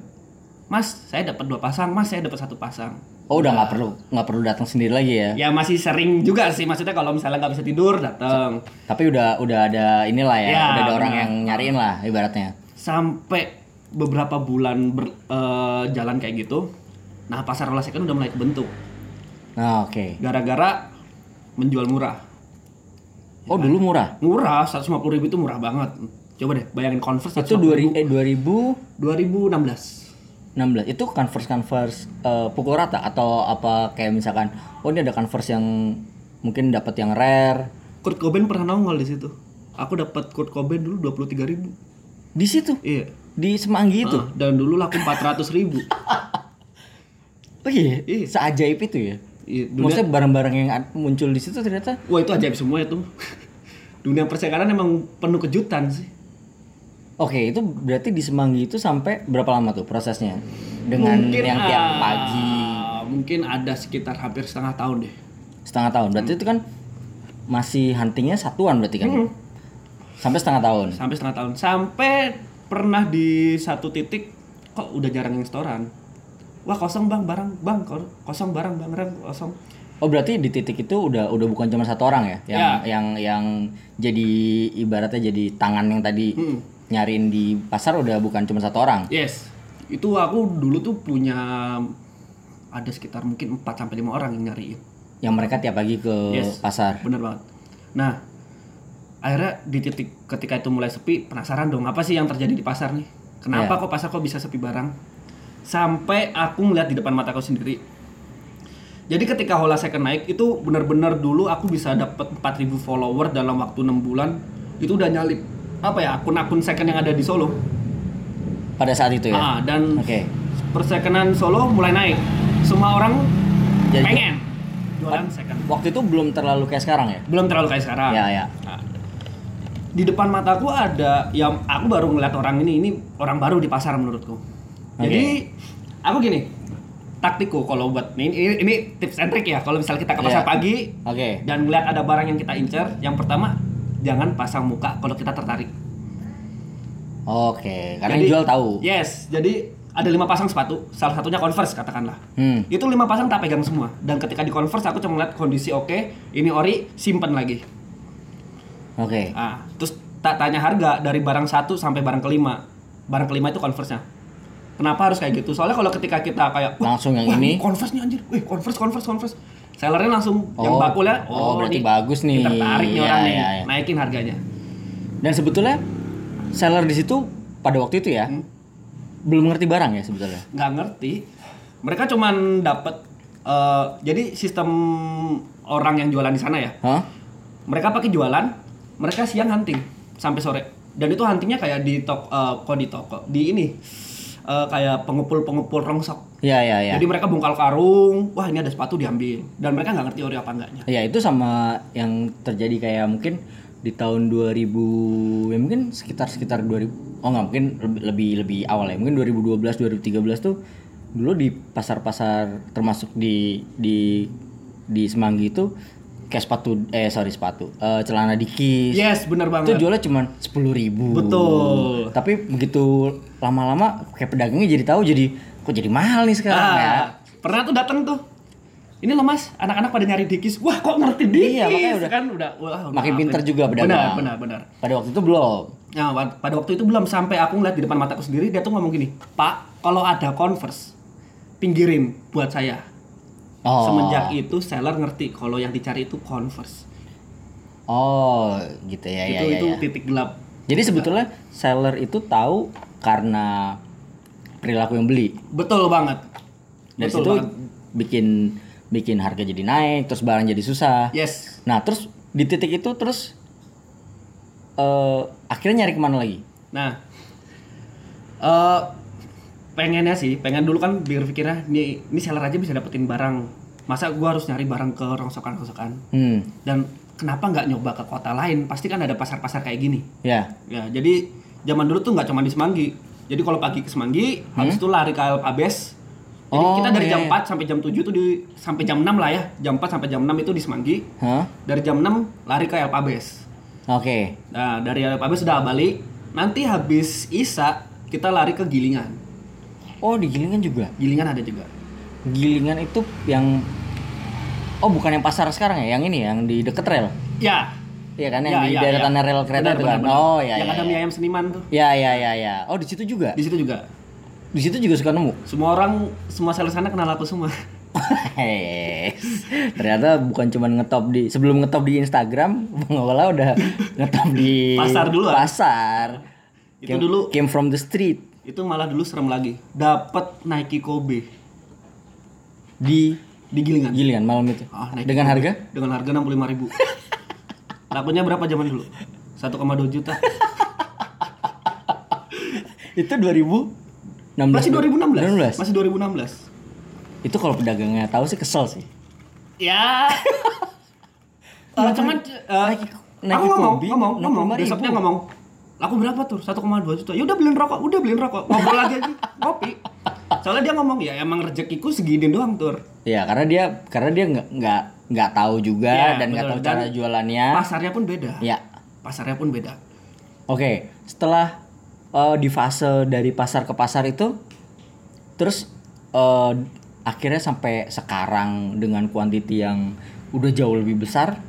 Speaker 2: Mas, saya dapat dua pasang. Mas, saya dapat satu pasang.
Speaker 1: Oh, udah nggak perlu nggak perlu datang sendiri lagi ya.
Speaker 2: Ya masih sering juga sih maksudnya kalau misalnya nggak bisa tidur datang.
Speaker 1: Tapi udah udah ada inilah ya,
Speaker 2: Ya,
Speaker 1: udah ada orang
Speaker 2: benar.
Speaker 1: yang nyariin lah ibaratnya.
Speaker 2: sampai beberapa bulan ber- eh, jalan kayak gitu nah pasar olah second udah mulai kebentuk
Speaker 1: Nah, oke.
Speaker 2: gara-gara menjual murah
Speaker 1: Oh, dulu murah.
Speaker 2: murah 150 ribu itu murah banget coba deh bayangin converse
Speaker 1: Itu 2000
Speaker 2: 150.000,
Speaker 1: eh 2000
Speaker 2: 2016
Speaker 1: 16 itu converse converse eh, pukul rata atau apa kayak misalkan oh ini ada converse yang mungkin dapat yang rare
Speaker 2: Kurt Cobain pernah nongol di situ aku dapat Kurt Cobain dulu 23 ribu
Speaker 1: di situ
Speaker 2: iya
Speaker 1: di Semanggi itu
Speaker 2: Ah, dan dulu laku 400 ribu
Speaker 1: oh iya
Speaker 2: Iya.
Speaker 1: seajaib itu ya
Speaker 2: iya, dunia-
Speaker 1: maksudnya barang-barang yang ad- muncul di situ ternyata
Speaker 2: wah itu ajaib semua itu dunia persekaraan emang penuh kejutan sih
Speaker 1: oke itu berarti di Semanggi itu sampai berapa lama tuh prosesnya dengan yang tiap
Speaker 2: ah,
Speaker 1: pagi
Speaker 2: mungkin ada sekitar hampir setengah tahun deh
Speaker 1: setengah tahun berarti itu kan masih huntingnya satuan berarti kan
Speaker 2: Mm-mm.
Speaker 1: sampai setengah tahun
Speaker 2: sampai setengah tahun sampai pernah di satu titik kok udah jarang yang setoran wah kosong bang barang bang ko- kosong barang bang barang kosong
Speaker 1: oh berarti di titik itu udah udah bukan cuma satu orang ya yang
Speaker 2: Ya.
Speaker 1: yang yang jadi ibaratnya jadi tangan yang tadi
Speaker 2: Mm-mm.
Speaker 1: nyariin di pasar udah bukan cuma satu orang
Speaker 2: yes itu aku dulu tuh punya ada sekitar mungkin 4 sampai lima orang yang nyariin
Speaker 1: yang mereka tiap pagi ke
Speaker 2: Yes.
Speaker 1: pasar
Speaker 2: bener banget nah akhirnya di titik ketika itu mulai sepi penasaran dong apa sih yang terjadi di pasar nih kenapa kok pasar kok bisa sepi barang sampai aku ngeliat di depan mataku sendiri jadi ketika Hola Second naik itu benar-benar dulu aku bisa dapat 4000 follower dalam waktu 6 bulan itu udah nyalip apa ya akun-akun second yang ada di Solo
Speaker 1: pada saat itu ya
Speaker 2: Ah, dan
Speaker 1: oke
Speaker 2: persekenan Solo mulai naik semua orang
Speaker 1: Jadi-
Speaker 2: pengen jualan second
Speaker 1: waktu itu belum terlalu kayak sekarang ya
Speaker 2: belum terlalu kayak sekarang
Speaker 1: ya ya
Speaker 2: Nah, di depan mataku ada yang aku baru ngeliat orang ini ini orang baru di pasar menurutku jadi aku gini taktikku kalau buat ini, ini ini tips and trick ya kalau misalnya kita ke pasar
Speaker 1: Iya.
Speaker 2: pagi
Speaker 1: oke
Speaker 2: dan ngeliat ada barang yang kita incer yang pertama jangan pasang muka kalau kita tertarik
Speaker 1: oke karena yang
Speaker 2: Jadi-
Speaker 1: jual tahu
Speaker 2: yes jadi ada lima pasang sepatu salah satunya converse katakanlah
Speaker 1: hmm
Speaker 2: itu lima pasang tak pegang semua dan ketika di converse aku cuma ngeliat kondisi oke ini ori simpen lagi
Speaker 1: oke
Speaker 2: Ah, terus tak tanya harga dari barang satu sampai barang kelima. Barang kelima itu converse-nya. Kenapa harus kayak gitu? Soalnya kalau ketika kita kayak "Wah,
Speaker 1: Langsung yang
Speaker 2: wah,
Speaker 1: ini.
Speaker 2: converse nih anjir. Wih, converse converse converse. Sellernya langsung
Speaker 1: Oh,
Speaker 2: yang bakulnya.
Speaker 1: oh, berarti bagus nih."
Speaker 2: Tertarik nih
Speaker 1: Iya,
Speaker 2: orang nih.
Speaker 1: iya, iya.
Speaker 2: Naikin harganya.
Speaker 1: Dan sebetulnya seller di situ pada waktu itu ya
Speaker 2: Hmm.
Speaker 1: belum ngerti barang ya sebetulnya.
Speaker 2: nggak ngerti mereka cuman dapat eh, jadi sistem orang yang jualan di sana ya
Speaker 1: Hah?
Speaker 2: mereka pakai jualan mereka siang hunting sampai sore dan itu huntingnya kayak di toko eh, kok di toko di ini eh, kayak pengepul-pengepul rongsok
Speaker 1: Iya iya iya.
Speaker 2: jadi mereka bongkar karung wah ini ada sepatu diambil dan mereka nggak ngerti ori apa enggaknya
Speaker 1: Ya itu sama yang terjadi kayak mungkin di tahun 2000 ya mungkin sekitar sekitar 2000 oh nggak mungkin lebih lebih, lebih awal ya mungkin 2012 2013 tuh dulu di pasar-pasar termasuk di di di Semanggi itu kayak sepatu eh sorry sepatu eh, celana dikis
Speaker 2: yes bener
Speaker 1: itu
Speaker 2: banget
Speaker 1: jualnya cuma sepuluh ribu
Speaker 2: Betul.
Speaker 1: tapi begitu lama-lama kayak pedagangnya jadi tahu jadi kok jadi mahal nih sekarang ya
Speaker 2: Ah, pernah tuh datang tuh ini loh mas anak-anak pada nyari dikis wah kok ngerti dikis
Speaker 1: Iya, makanya udah-
Speaker 2: kan udah wah, udah
Speaker 1: makin
Speaker 2: apa
Speaker 1: pinter
Speaker 2: ya.
Speaker 1: juga pedagang.
Speaker 2: benar benar benar
Speaker 1: pada waktu itu belum
Speaker 2: Nah, wa- pada waktu itu belum sampai aku ngeliat di depan mataku sendiri dia tuh ngomong gini, "Pak, kalau ada Converse pinggirin buat saya."
Speaker 1: oh
Speaker 2: Semenjak itu seller ngerti kalau yang dicari itu Converse.
Speaker 1: oh gitu ya ya
Speaker 2: itu
Speaker 1: ya,
Speaker 2: itu
Speaker 1: ya.
Speaker 2: titik gelap.
Speaker 1: jadi sebetulnya seller itu tahu karena perilaku yang beli
Speaker 2: Betul banget.
Speaker 1: dari
Speaker 2: Betul
Speaker 1: situ
Speaker 2: banget.
Speaker 1: bikin bikin harga jadi naik terus barang jadi susah
Speaker 2: Yes.
Speaker 1: nah terus di titik itu terus eh akhirnya nyari kemana lagi
Speaker 2: Nah, eh pengennya sih, pengen dulu kan berpikirnya nih ini seller aja bisa dapetin barang. Masa gua harus nyari barang ke rongsokan-rongsokan?
Speaker 1: hmm
Speaker 2: Dan kenapa nggak nyoba ke kota lain? Pasti kan ada pasar-pasar kayak gini.
Speaker 1: ya
Speaker 2: Ya, jadi zaman dulu tuh nggak cuma di Semanggi. Jadi kalau pagi ke Semanggi, habis itu lari ke Alpabes. Jadi
Speaker 1: Hmm? Oh,
Speaker 2: kita dari
Speaker 1: iya,
Speaker 2: jam
Speaker 1: iya.
Speaker 2: 4 sampai jam 7 tuh di sampai jam 6 lah ya. Jam 4 sampai jam 6 itu di Semanggi.
Speaker 1: hah
Speaker 2: Dari jam 6 lari ke Alpabes.
Speaker 1: oke
Speaker 2: Nah, dari Alpabes udah balik. Nanti habis Isa kita lari ke Gilingan.
Speaker 1: Oh, di Gilingan juga.
Speaker 2: Gilingan ada juga.
Speaker 1: Gilingan itu yang Oh, bukan yang pasar sekarang ya, yang ini yang di deket rel.
Speaker 2: Ya.
Speaker 1: Iya kan yang di deretan rel kereta
Speaker 2: Benar,
Speaker 1: itu
Speaker 2: benar,
Speaker 1: kan.
Speaker 2: benar.
Speaker 1: Oh, ya
Speaker 2: Yang
Speaker 1: ya.
Speaker 2: ada mie ayam seniman tuh.
Speaker 1: Ya ya ya ya. Oh, di situ juga.
Speaker 2: Di situ juga.
Speaker 1: Di situ juga suka nemu.
Speaker 2: Semua orang, semua seller sana kenal aku semua.
Speaker 1: Yes. Ternyata bukan cuma ngetop di sebelum ngetop di Instagram, Bang Ola udah ngetop di
Speaker 2: Pasar duluan.
Speaker 1: Pasar.
Speaker 2: Itu
Speaker 1: Came-
Speaker 2: dulu.
Speaker 1: came from the street
Speaker 2: Itu malah dulu serem lagi. Dapat Nike Kobe
Speaker 1: di
Speaker 2: di Gilingan.
Speaker 1: Gilingan malam itu.
Speaker 2: Ah, naik
Speaker 1: Dengan
Speaker 2: dulu.
Speaker 1: harga
Speaker 2: Dengan harga 65 ribu Lakunya berapa zaman dulu? 1,2 juta
Speaker 1: itu 2016.
Speaker 2: Masih 2016
Speaker 1: 2016.
Speaker 2: Masih 2016
Speaker 1: Itu kalau pedagangnya tahu sih kesel sih.
Speaker 2: Ya Eh, Cuman eh,
Speaker 1: Nike- Nike
Speaker 2: Aku ngomong,
Speaker 1: Kobe,
Speaker 2: ngomong, ngomong
Speaker 1: 65.000.
Speaker 2: Besoknya ngomong Laku berapa tuh? 1,2 juta Ya udah beliin rokok, udah beliin rokok Ngobrol lagi aja, ngopi Soalnya dia ngomong, ya emang rezekiku segini doang tur
Speaker 1: Ya, Iya, karena dia karena dia nggak nggak nggak tahu juga
Speaker 2: Iya,
Speaker 1: dan nggak
Speaker 2: betul.
Speaker 1: tahu
Speaker 2: Dan
Speaker 1: cara jualannya.
Speaker 2: pasarnya pun beda
Speaker 1: Ya.
Speaker 2: pasarnya pun beda
Speaker 1: Oke, setelah eh, di fase dari pasar ke pasar itu terus eh, akhirnya sampai sekarang dengan kuantiti yang udah jauh lebih besar.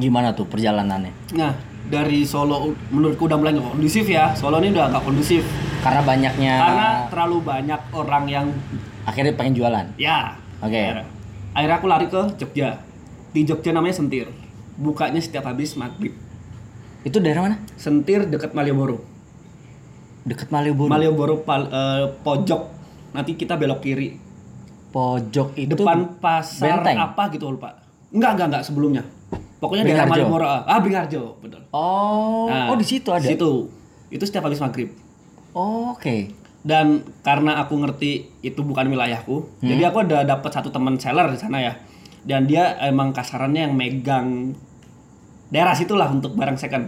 Speaker 1: Gimana tuh perjalanannya?
Speaker 2: nah dari Solo menurutku udah mulai nggak kondusif ya Solo ini udah nggak kondusif
Speaker 1: Karena banyaknya
Speaker 2: karena terlalu banyak orang yang
Speaker 1: akhirnya pengen jualan.
Speaker 2: ya
Speaker 1: Oke.
Speaker 2: akhirnya- akhirnya aku lari ke Jogja di Jogja namanya Sentir bukanya setiap habis maghrib
Speaker 1: Itu daerah mana?
Speaker 2: Sentir dekat Malioboro
Speaker 1: Dekat Malioboro.
Speaker 2: Malioboro pal- eh, pojok nanti kita belok kiri
Speaker 1: Pojok itu
Speaker 2: depan pasar
Speaker 1: Benteng?
Speaker 2: apa gitu lupa enggak enggak enggak sebelumnya pokoknya daerah
Speaker 1: Bringarjo.
Speaker 2: Malioboro ah Bringarjo betul
Speaker 1: Oh,
Speaker 2: Nah,
Speaker 1: oh di situ ada.
Speaker 2: situ itu setiap habis maghrib
Speaker 1: Oh, Oke.
Speaker 2: dan karena aku ngerti itu bukan wilayahku
Speaker 1: Hmm.
Speaker 2: jadi aku ada dapat satu teman seller di sana ya dan dia emang kasarannya yang megang daerah situlah untuk barang second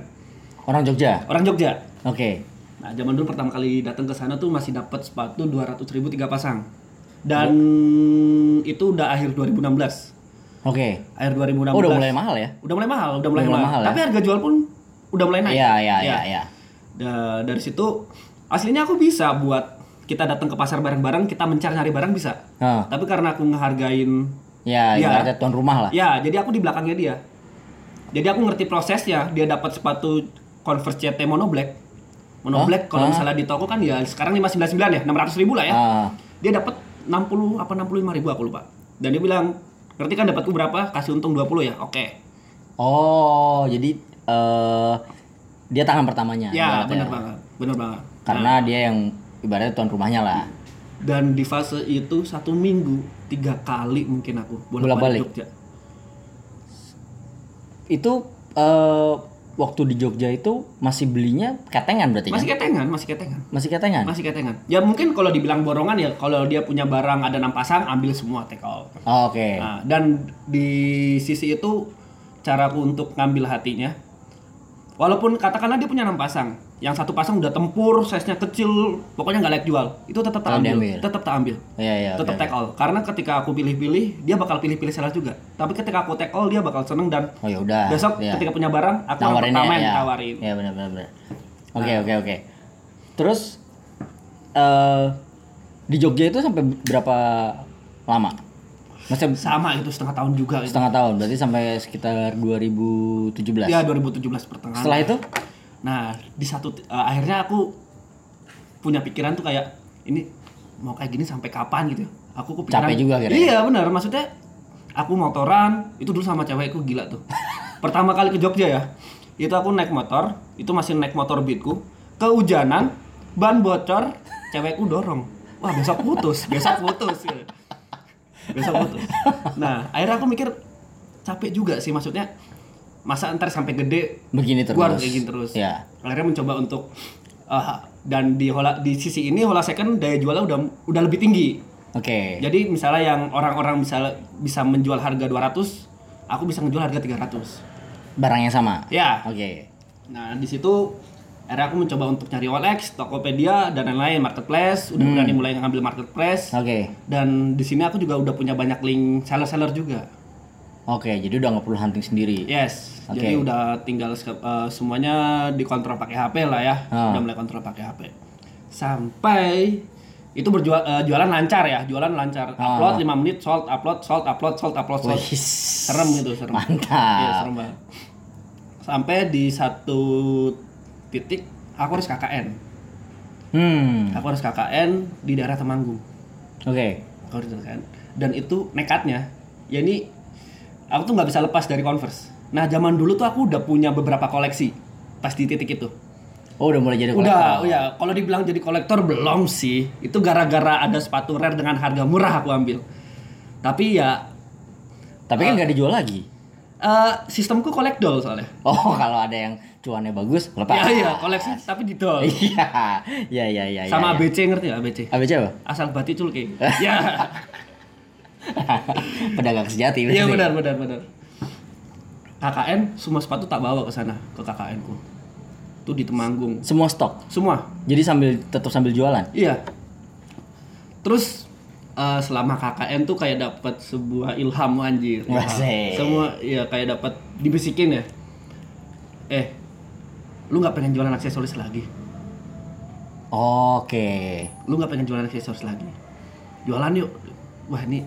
Speaker 1: Orang Jogja.
Speaker 2: orang Jogja
Speaker 1: Oke.
Speaker 2: nah zaman dulu pertama kali datang ke sana tuh masih dapat sepatu 200.000 ribu tiga pasang dan itu udah akhir 2016
Speaker 1: Oke.
Speaker 2: akhir 2016
Speaker 1: Oh, udah mulai mahal ya?
Speaker 2: udah mulai mahal udah mulai,
Speaker 1: Udah mulai
Speaker 2: mahal,
Speaker 1: mahal ya?
Speaker 2: tapi harga jual pun udah mulai naik
Speaker 1: Iya, iya, iya, iya.
Speaker 2: Da- dari situ aslinya aku bisa buat kita datang ke pasar bareng-bareng kita mencar nyari barang bisa
Speaker 1: Heeh.
Speaker 2: tapi karena aku ngehargain
Speaker 1: Ya,
Speaker 2: Iya.
Speaker 1: ibaratnya tuan rumah lah.
Speaker 2: ya jadi aku di belakangnya dia jadi aku ngerti prosesnya dia dapat sepatu Converse CT mono black mono
Speaker 1: Hah?
Speaker 2: black kalau misalnya di toko kan ya sekarang 599 ya 600 ribu lah ya
Speaker 1: Ah,
Speaker 2: dia dapat 60 apa 65 ribu aku lupa dan dia bilang ngerti kan dapatku berapa kasih untung 20 ya oke
Speaker 1: oh, jadi eh dia tangan pertamanya.
Speaker 2: ya
Speaker 1: ibaratnya.
Speaker 2: bener Nah. banget bener banget
Speaker 1: Karena dia yang ibaratnya tuan rumahnya lah.
Speaker 2: dan di fase itu satu minggu tiga kali mungkin aku
Speaker 1: Bolak-balik?
Speaker 2: Jogja
Speaker 1: Itu eh waktu di Jogja itu masih belinya ketengan berarti kan?
Speaker 2: masih ketengan masih ketengan
Speaker 1: Masih ketengan.
Speaker 2: masih ketengan ya mungkin kalau dibilang borongan ya kalau dia punya barang ada enam pasang ambil semua take all
Speaker 1: Oh, Oke.
Speaker 2: Nah, dan di sisi itu caraku untuk ngambil hatinya walaupun katakanlah dia punya enam pasang yang satu pasang udah tempur size nya kecil pokoknya nggak layak jual itu tetap tak
Speaker 1: Tetap
Speaker 2: ambil
Speaker 1: diambil.
Speaker 2: tetap tak ambil
Speaker 1: Iya, iya. oke,
Speaker 2: tetap
Speaker 1: oke.
Speaker 2: take all karena ketika aku pilih-pilih dia bakal pilih-pilih salah juga tapi ketika aku take all dia bakal seneng dan
Speaker 1: Oh, ya udah.
Speaker 2: besok
Speaker 1: Iya.
Speaker 2: ketika punya barang aku yang
Speaker 1: tawarin
Speaker 2: pertama
Speaker 1: ya,
Speaker 2: yang
Speaker 1: ya.
Speaker 2: tawarin Nah.
Speaker 1: ya benar benar benar. oke oke oke terus eh di Jogja itu sampai berapa lama Maksudnya
Speaker 2: sama itu setengah tahun juga gitu.
Speaker 1: setengah tahun berarti sampai sekitar 2017
Speaker 2: ya 2017 pertengahan
Speaker 1: setelah itu
Speaker 2: nah di satu eh, akhirnya aku punya pikiran tuh kayak ini mau kayak gini sampai kapan gitu aku kepikiran
Speaker 1: Capek juga akhirnya.
Speaker 2: iya benar maksudnya aku motoran itu dulu sama cewekku gila tuh pertama kali ke Jogja ya itu aku naik motor itu masih naik motor beatku kehujanan ban bocor cewekku dorong wah besok putus besok putus gitu. besok putus nah akhirnya aku mikir capek juga sih maksudnya masa ntar sampai gede
Speaker 1: begini terus
Speaker 2: Gua harus kayak gini terus.
Speaker 1: ya
Speaker 2: akhirnya mencoba untuk eh, dan di hola, di sisi ini hola second daya jualnya udah udah lebih tinggi.
Speaker 1: oke
Speaker 2: Jadi misalnya yang orang-orang bisa bisa menjual harga 200, aku bisa ngejual harga 300.
Speaker 1: barang yang sama
Speaker 2: Ya.
Speaker 1: oke
Speaker 2: Nah, di situ akhirnya aku mencoba untuk cari OLX, Tokopedia dan lain-lain marketplace, udah
Speaker 1: Hmm.
Speaker 2: berani mulai ngambil marketplace.
Speaker 1: oke
Speaker 2: Dan di sini aku juga udah punya banyak link seller-seller juga.
Speaker 1: oke jadi udah nggak perlu hunting
Speaker 2: Iya,
Speaker 1: sendiri
Speaker 2: Yes,
Speaker 1: Oke.
Speaker 2: jadi udah tinggal sek- eh, semuanya dikontrol pakai HP lah ya,
Speaker 1: Ah.
Speaker 2: udah mulai kontrol pakai HP. Sampai itu berjual eh, jualan lancar ya, jualan lancar.
Speaker 1: Ah.
Speaker 2: Upload 5 menit, sold, upload, sold, upload, sold, upload, sold.
Speaker 1: Wih,
Speaker 2: Serem gitu, serem.
Speaker 1: Mantap.
Speaker 2: Iya, serem banget. Sampai di satu titik aku harus KKN.
Speaker 1: hmm
Speaker 2: Aku harus KKN di daerah Temanggung.
Speaker 1: oke
Speaker 2: Aku harus KKN. kan? Dan itu nekatnya. Ya ini aku tuh nggak bisa lepas dari Converse. Nah, zaman dulu tuh aku udah punya beberapa koleksi pas di titik itu.
Speaker 1: oh udah mulai jadi kolektor.
Speaker 2: Udah, ya. Kalau dibilang jadi kolektor belum sih. Itu gara-gara ada sepatu rare dengan harga murah aku ambil. Tapi ya
Speaker 1: tapi
Speaker 2: Ah.
Speaker 1: kan nggak dijual lagi
Speaker 2: eh, sistemku kolekdol soalnya.
Speaker 1: oh kalau ada yang cuannya bagus lepas
Speaker 2: Ya iya, koleksi tapi di doll.
Speaker 1: Iya, iya, iya, iya.
Speaker 2: Sama
Speaker 1: iya.
Speaker 2: ABC ngerti nggak ABC?
Speaker 1: ABC apa?
Speaker 2: Asal bati culki. ya.
Speaker 1: Pedagang sejati.
Speaker 2: Iya
Speaker 1: berarti.
Speaker 2: benar benar benar. KKN semua sepatu tak bawa ke sana ke KKN ku. Tuh di Temanggung.
Speaker 1: Semua stok.
Speaker 2: Semua.
Speaker 1: Jadi sambil tetap sambil jualan.
Speaker 2: Iya. Terus eh, selama KKN tuh kayak dapat sebuah ilham anjir. Ilham.
Speaker 1: Wasik.
Speaker 2: Semua ya kayak dapat dibisikin ya. Eh, lu nggak pengen jualan aksesoris lagi?
Speaker 1: Oke.
Speaker 2: Lu nggak pengen jualan aksesoris lagi? Jualan yuk. Wah ini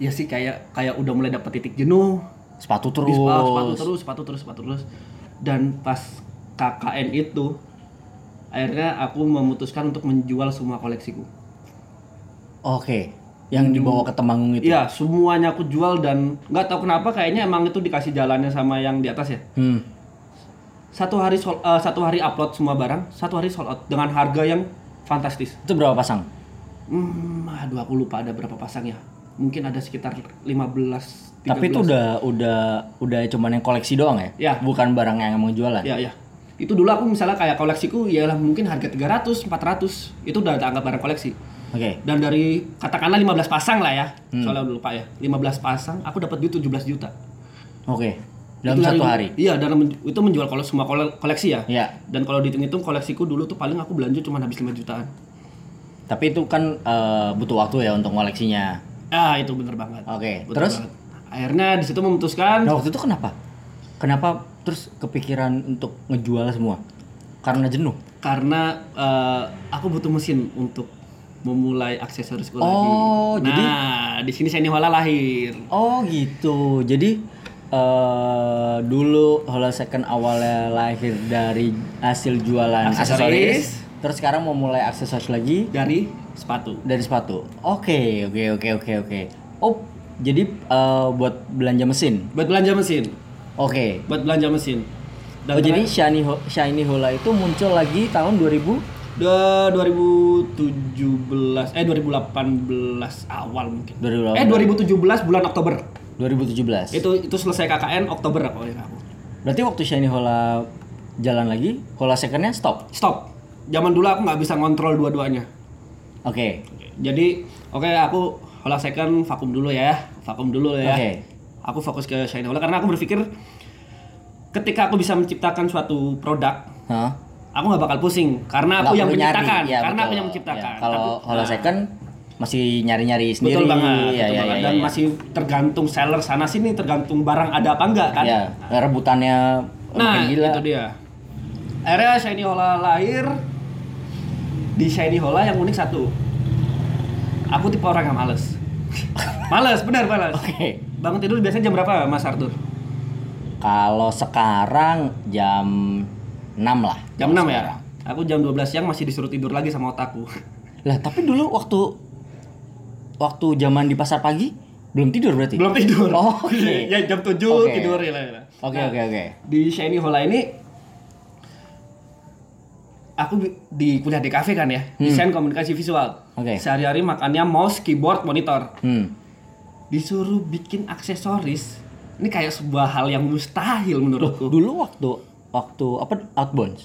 Speaker 2: ya sih kayak kayak udah mulai dapat titik jenuh.
Speaker 1: Sepatu
Speaker 2: Di
Speaker 1: terus.
Speaker 2: sepatu, sepatu terus, sepatu terus, sepatu terus. Dan pas KKN itu, akhirnya aku memutuskan untuk menjual semua koleksiku.
Speaker 1: Oke. Yang dibawa ke Temanggung itu.
Speaker 2: Hmm. Iya, semuanya aku jual dan nggak tahu kenapa kayaknya emang itu dikasih jalannya sama yang di atas ya.
Speaker 1: Hmm.
Speaker 2: Satu hari sol- eh, satu hari upload semua barang, satu hari sold out dengan harga yang fantastis.
Speaker 1: Itu berapa pasang?
Speaker 2: Hmm, aduh aku lupa ada berapa pasang ya. Mungkin ada sekitar 15 13.
Speaker 1: Tapi itu udah udah udah cuman yang koleksi doang ya?
Speaker 2: Iya.
Speaker 1: Bukan barang yang emang jualan.
Speaker 2: Ya, ya. Itu dulu aku misalnya kayak koleksiku ya mungkin harga 300, 400. Itu udah tak anggap barang koleksi.
Speaker 1: Oke.
Speaker 2: Dan dari katakanlah 15 pasang lah ya.
Speaker 1: Hmm.
Speaker 2: Soalnya udah lupa ya. 15 pasang aku dapat duit 17 juta.
Speaker 1: Oke. Dalam
Speaker 2: Itu dari-
Speaker 1: satu hari.
Speaker 2: Iya, dalam itu menjual kole- semua kole- koleksi ya.
Speaker 1: Ya.
Speaker 2: Dan kalau dihitung-hitung koleksiku dulu tuh paling aku belanja cuma habis 5 jutaan.
Speaker 1: Tapi itu kan eh, butuh waktu ya untuk koleksinya.
Speaker 2: Ah, itu bener banget.
Speaker 1: Oke,
Speaker 2: Bener
Speaker 1: terus?
Speaker 2: banget. Akhirnya di situ memutuskan
Speaker 1: Nah waktu itu kenapa? Kenapa terus kepikiran untuk ngejual semua? Karena jenuh.
Speaker 2: karena eh, aku butuh mesin untuk memulai aksesorisku lagi.
Speaker 1: Oh, jadi-
Speaker 2: Nah, di sini Seniwala lahir.
Speaker 1: Oh gitu. Jadi eh dulu Hola Second awalnya lahir dari hasil jualan aksesoris.
Speaker 2: Aksesoris.
Speaker 1: Terus sekarang mau mulai aksesoris lagi
Speaker 2: Dari sepatu.
Speaker 1: dari sepatu. Oke, oke, oke, oke, oke. Oh, jadi eh, buat belanja mesin.
Speaker 2: Buat belanja mesin.
Speaker 1: Oke.
Speaker 2: Buat belanja mesin. Dan
Speaker 1: Oh, jadi Shiny, Ho- Shiny Hola itu muncul lagi tahun 2000
Speaker 2: Da- 2017 eh 2018 awal mungkin.
Speaker 1: 2018.
Speaker 2: Eh 2017 bulan Oktober.
Speaker 1: 2017.
Speaker 2: Itu itu selesai KKN Oktober aku oleh aku.
Speaker 1: Berarti waktu Shiny Hola jalan lagi, Hola secondnya stop.
Speaker 2: Stop. Zaman dulu aku nggak bisa ngontrol dua-duanya.
Speaker 1: Oke.
Speaker 2: Jadi oke aku olah second vakum dulu ya. Vakum dulu ya.
Speaker 1: Oke.
Speaker 2: Aku fokus ke Shine Ola karena aku berpikir ketika aku bisa menciptakan suatu produk
Speaker 1: Hah?
Speaker 2: aku nggak bakal pusing karena
Speaker 1: Nggak
Speaker 2: Nah, aku yang
Speaker 1: perlu nyari.
Speaker 2: menciptakan
Speaker 1: Ya,
Speaker 2: karena aku
Speaker 1: betul.
Speaker 2: yang menciptakan
Speaker 1: Ya, Kalau
Speaker 2: Tapi-
Speaker 1: Hola
Speaker 2: nah.
Speaker 1: second masih nyari-nyari sendiri.
Speaker 2: Betul banget,
Speaker 1: Ya,
Speaker 2: betul
Speaker 1: ya,
Speaker 2: banget.
Speaker 1: ya,
Speaker 2: dan
Speaker 1: ya.
Speaker 2: masih tergantung seller sana sini, tergantung barang ada apa enggak kan.
Speaker 1: Ya, rebutannya makin
Speaker 2: Nah,
Speaker 1: gila.
Speaker 2: itu dia. Akhirnya Shiny Hola lahir di Shiny Hola yang unik satu. Aku tipe orang yang males. males, benar males.
Speaker 1: Oke.
Speaker 2: Bangun tidur biasanya jam berapa, Mas Arthur?
Speaker 1: Kalau sekarang jam 6 lah.
Speaker 2: Jam 6 ya? Aku jam 12 siang masih disuruh tidur lagi sama otakku.
Speaker 1: Lah, tapi dulu waktu waktu zaman di pasar pagi belum tidur berarti.
Speaker 2: Belum tidur.
Speaker 1: Oh, oke.
Speaker 2: ya jam 7
Speaker 1: Oke.
Speaker 2: tidur ya. ya.
Speaker 1: Oke,
Speaker 2: Nah,
Speaker 1: oke, oke.
Speaker 2: di Shiny Hola ini aku bi- di kuliah di kafe kan ya desain komunikasi visual
Speaker 1: Hmm. Oke.
Speaker 2: sehari-hari makannya mouse keyboard monitor
Speaker 1: Hmm.
Speaker 2: disuruh bikin aksesoris ini kayak sebuah hal yang mustahil menurutku
Speaker 1: Dulu waktu waktu apa outbounds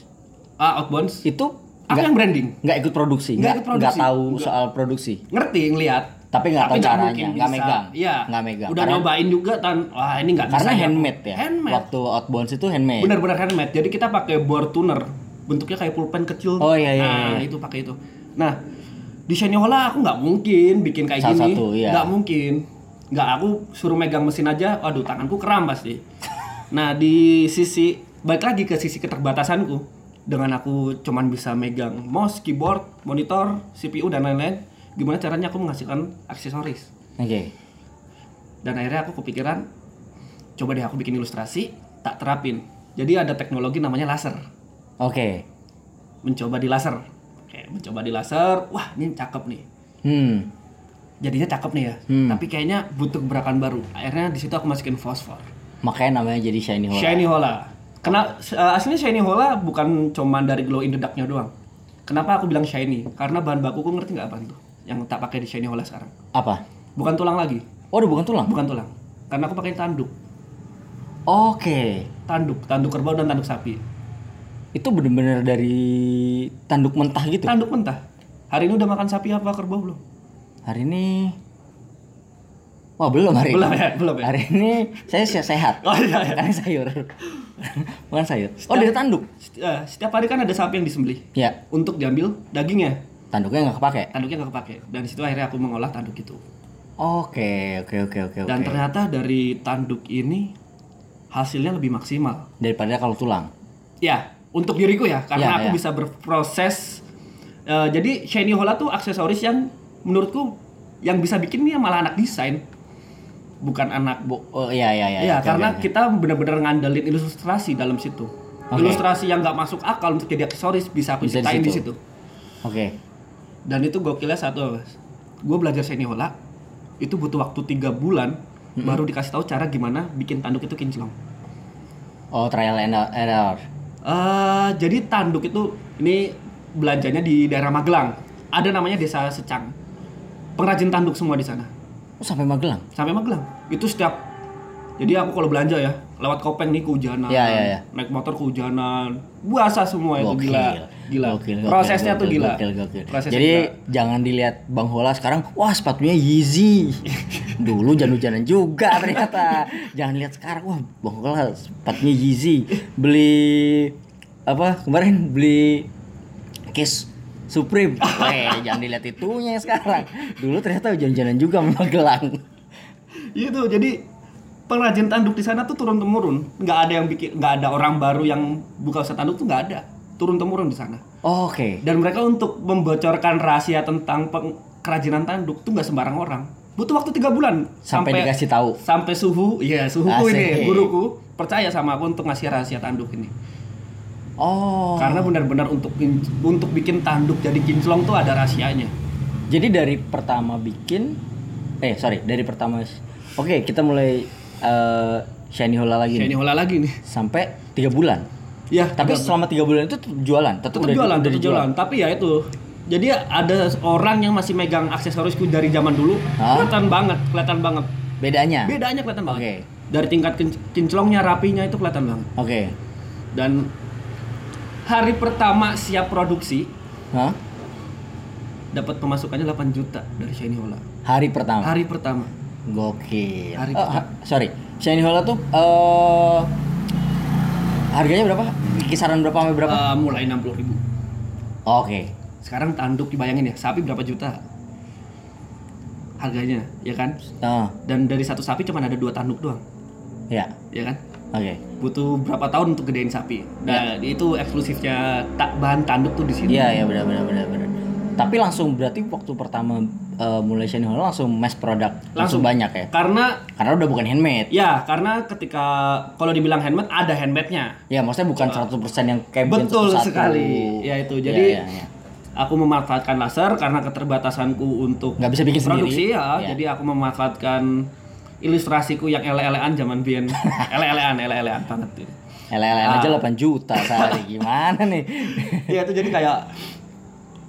Speaker 2: ah outbounds
Speaker 1: itu
Speaker 2: aku yang branding
Speaker 1: nggak ikut produksi
Speaker 2: Nggak
Speaker 1: nggak
Speaker 2: ikut produksi.
Speaker 1: nggak tahu
Speaker 2: Nggak.
Speaker 1: soal produksi
Speaker 2: ngerti ngelihat
Speaker 1: tapi nggak tahu
Speaker 2: nggak
Speaker 1: caranya
Speaker 2: mungkin
Speaker 1: nggak
Speaker 2: bisa.
Speaker 1: megang
Speaker 2: iya
Speaker 1: nggak megang
Speaker 2: udah
Speaker 1: karena,
Speaker 2: nyobain juga tan wah ini nggak
Speaker 1: karena
Speaker 2: bisa ya.
Speaker 1: handmade ya
Speaker 2: handmade
Speaker 1: waktu outbounds itu handmade
Speaker 2: benar-benar handmade jadi kita pakai board tuner bentuknya kayak pulpen kecil
Speaker 1: Oh, iya, iya,
Speaker 2: nah
Speaker 1: iya.
Speaker 2: itu pakai itu nah di Shanyola aku nggak mungkin bikin kayak
Speaker 1: Salah
Speaker 2: gini
Speaker 1: satu, iya.
Speaker 2: nggak mungkin nggak aku suruh megang mesin aja waduh tanganku kram pasti nah di sisi balik lagi ke sisi keterbatasanku dengan aku cuman bisa megang mouse keyboard monitor CPU dan lain-lain gimana caranya aku menghasilkan aksesoris
Speaker 1: oke
Speaker 2: dan akhirnya aku kepikiran coba deh aku bikin ilustrasi tak terapin jadi ada teknologi namanya laser
Speaker 1: oke
Speaker 2: mencoba di laser Oke, mencoba di laser wah ini cakep nih
Speaker 1: hmm
Speaker 2: jadinya cakep nih ya
Speaker 1: Hmm.
Speaker 2: tapi kayaknya butuh gebrakan baru akhirnya di situ aku masukin fosfor
Speaker 1: makanya namanya jadi shiny hole
Speaker 2: shiny hola kena eh, aslinya shiny hola bukan cuman dari glow in the darknya doang kenapa aku bilang shiny karena bahan bakuku ngerti nggak apa tuh yang tak pakai di shiny hola sekarang
Speaker 1: apa
Speaker 2: bukan tulang lagi
Speaker 1: oh udah bukan tulang oke
Speaker 2: bukan tulang karena aku pakai tanduk tanduk tanduk kerbau dan tanduk sapi
Speaker 1: itu bener-bener dari tanduk mentah gitu
Speaker 2: Tanduk mentah. Hari ini udah makan sapi apa kerbau belum?
Speaker 1: hari ini wah belum hari
Speaker 2: Belum
Speaker 1: ini
Speaker 2: ya, belum ya.
Speaker 1: Eh. hari ini saya se- sehat
Speaker 2: Oh iya. iya.
Speaker 1: karena sayur bukan sayur oh dari tanduk
Speaker 2: Seti- eh, Setiap hari kan ada sapi yang disembelih
Speaker 1: ya
Speaker 2: untuk diambil dagingnya.
Speaker 1: Tanduknya nggak kepake.
Speaker 2: Tanduknya nggak kepake. Dan di situ akhirnya aku mengolah tanduk itu.
Speaker 1: Oke, oke, oke, oke,
Speaker 2: Dan
Speaker 1: oke.
Speaker 2: ternyata dari tanduk ini hasilnya lebih maksimal.
Speaker 1: Daripada kalau tulang.
Speaker 2: Ya, untuk diriku ya, karena
Speaker 1: Ya,
Speaker 2: aku
Speaker 1: ya.
Speaker 2: bisa berproses. Eh, jadi shiny hola tuh aksesoris yang menurutku yang bisa bikin dia malah anak desain, bukan anak.
Speaker 1: Bu, oh iya iya iya.
Speaker 2: Ya,
Speaker 1: oke,
Speaker 2: karena
Speaker 1: oke, oke.
Speaker 2: kita benar-benar ngandelin ilustrasi dalam situ.
Speaker 1: Oke.
Speaker 2: Ilustrasi yang nggak masuk akal untuk jadi aksesoris bisa aku
Speaker 1: Bisa di
Speaker 2: ciptain di
Speaker 1: situ.
Speaker 2: situ.
Speaker 1: Oke.
Speaker 2: Dan itu gokilnya satu, gue belajar shiny hola itu butuh waktu tiga bulan baru dikasih tahu cara gimana bikin tanduk itu kinclong.
Speaker 1: Oh, trial and error.
Speaker 2: Eh, jadi tanduk itu ini belanjanya di daerah Magelang. Ada namanya Desa Secang. Pengrajin tanduk semua di sana.
Speaker 1: Oh, sampai Magelang.
Speaker 2: Sampai Magelang. Itu setiap jadi aku kalau belanja ya, lewat kopeng nih kehujanan,
Speaker 1: Iya, iya, iya.
Speaker 2: naik motor kehujanan, buasa semua itu
Speaker 1: Gokil.
Speaker 2: gila, gila.
Speaker 1: Gokil, gokil,
Speaker 2: Prosesnya tuh
Speaker 1: gokil,
Speaker 2: gila.
Speaker 1: gokil, gokil.
Speaker 2: Prosesnya
Speaker 1: Jadi
Speaker 2: gila.
Speaker 1: jangan dilihat Bang Hola sekarang, wah sepatunya Yeezy. Dulu hujan-hujanan juga ternyata. jangan lihat sekarang, wah Bang Hola sepatunya Yeezy. Beli apa? Kemarin beli case Supreme. Weh, jangan dilihat itunya sekarang. Dulu ternyata hujan-hujanan juga sama Magelang.
Speaker 2: Itu Iya jadi pengrajin tanduk di sana tuh turun temurun, nggak ada yang bikin, nggak ada orang baru yang buka usaha tanduk tuh nggak ada, turun temurun di sana.
Speaker 1: Oke.
Speaker 2: dan mereka untuk membocorkan rahasia tentang peng- kerajinan tanduk tuh nggak sembarang orang butuh waktu tiga bulan
Speaker 1: Sampai dikasih tahu.
Speaker 2: sampai suhu ya suhuku
Speaker 1: Asik.
Speaker 2: ini guruku percaya sama aku untuk ngasih rahasia tanduk ini
Speaker 1: Oh.
Speaker 2: karena benar-benar untuk kin- untuk bikin tanduk jadi kinclong tuh ada rahasianya
Speaker 1: Jadi dari pertama bikin, eh sorry dari pertama, s- oke kita mulai eh shiny hola lagi
Speaker 2: Kayak
Speaker 1: nih.
Speaker 2: ini hola lagi nih
Speaker 1: sampai tiga bulan.
Speaker 2: ya
Speaker 1: Tapi selama tiga bulan itu tetap jualan, tetap,
Speaker 2: tetap
Speaker 1: udah di-
Speaker 2: jualan
Speaker 1: udah
Speaker 2: tetap
Speaker 1: dijual.
Speaker 2: jualan tapi ya itu jadi ada orang yang masih megang aksesorisku dari zaman dulu
Speaker 1: Hah?
Speaker 2: kelihatan banget kelihatan banget
Speaker 1: Bedanya?
Speaker 2: bedanya kelihatan banget
Speaker 1: Oke.
Speaker 2: dari tingkat kin- kinclongnya rapinya itu kelihatan banget
Speaker 1: Oke.
Speaker 2: dan hari pertama siap produksi
Speaker 1: Hah?
Speaker 2: dapat pemasukannya 8 juta dari Shiny Hola.
Speaker 1: Hari pertama.
Speaker 2: Hari pertama.
Speaker 1: Gokil. Eh,
Speaker 2: Hari
Speaker 1: ha-
Speaker 2: pertama.
Speaker 1: sorry, shiny hola tuh eh harganya berapa? Kisaran berapa sampai berapa?
Speaker 2: Eh, mulai 60 ribu.
Speaker 1: Oke.
Speaker 2: Sekarang tanduk dibayangin ya, sapi berapa juta? Harganya, ya kan?
Speaker 1: Ah,
Speaker 2: Dan dari satu sapi cuma ada dua tanduk doang,
Speaker 1: ya.
Speaker 2: ya kan?
Speaker 1: Oke.
Speaker 2: Butuh berapa tahun untuk gedein sapi. Nah,
Speaker 1: Ya.
Speaker 2: itu eksklusifnya tak bahan tanduk tuh di sini.
Speaker 1: Iya, ya benar benar benar benar. Tapi langsung berarti waktu pertama eh, mulai shiny hola langsung mass product, langsung banyak ya.
Speaker 2: Karena
Speaker 1: Karena udah bukan handmade.
Speaker 2: ya, karena ketika kalau dibilang handmade ada handmade-nya.
Speaker 1: Ya, maksudnya bukan 100% yang kayak bikin
Speaker 2: Betul
Speaker 1: satu-satu.
Speaker 2: sekali. Ya itu. Jadi
Speaker 1: ya, ya.
Speaker 2: aku memanfaatkan laser karena keterbatasanku untuk
Speaker 1: Nggak bisa bikin
Speaker 2: produksi
Speaker 1: sendiri.
Speaker 2: ya.
Speaker 1: Ya.
Speaker 2: Jadi aku memanfaatkan ilustrasiku yang ele-elean zaman biyen. ele-elean, ele-elean banget. gitu.
Speaker 1: LLN aja 8 juta sehari. Gimana nih?
Speaker 2: Iya itu jadi kayak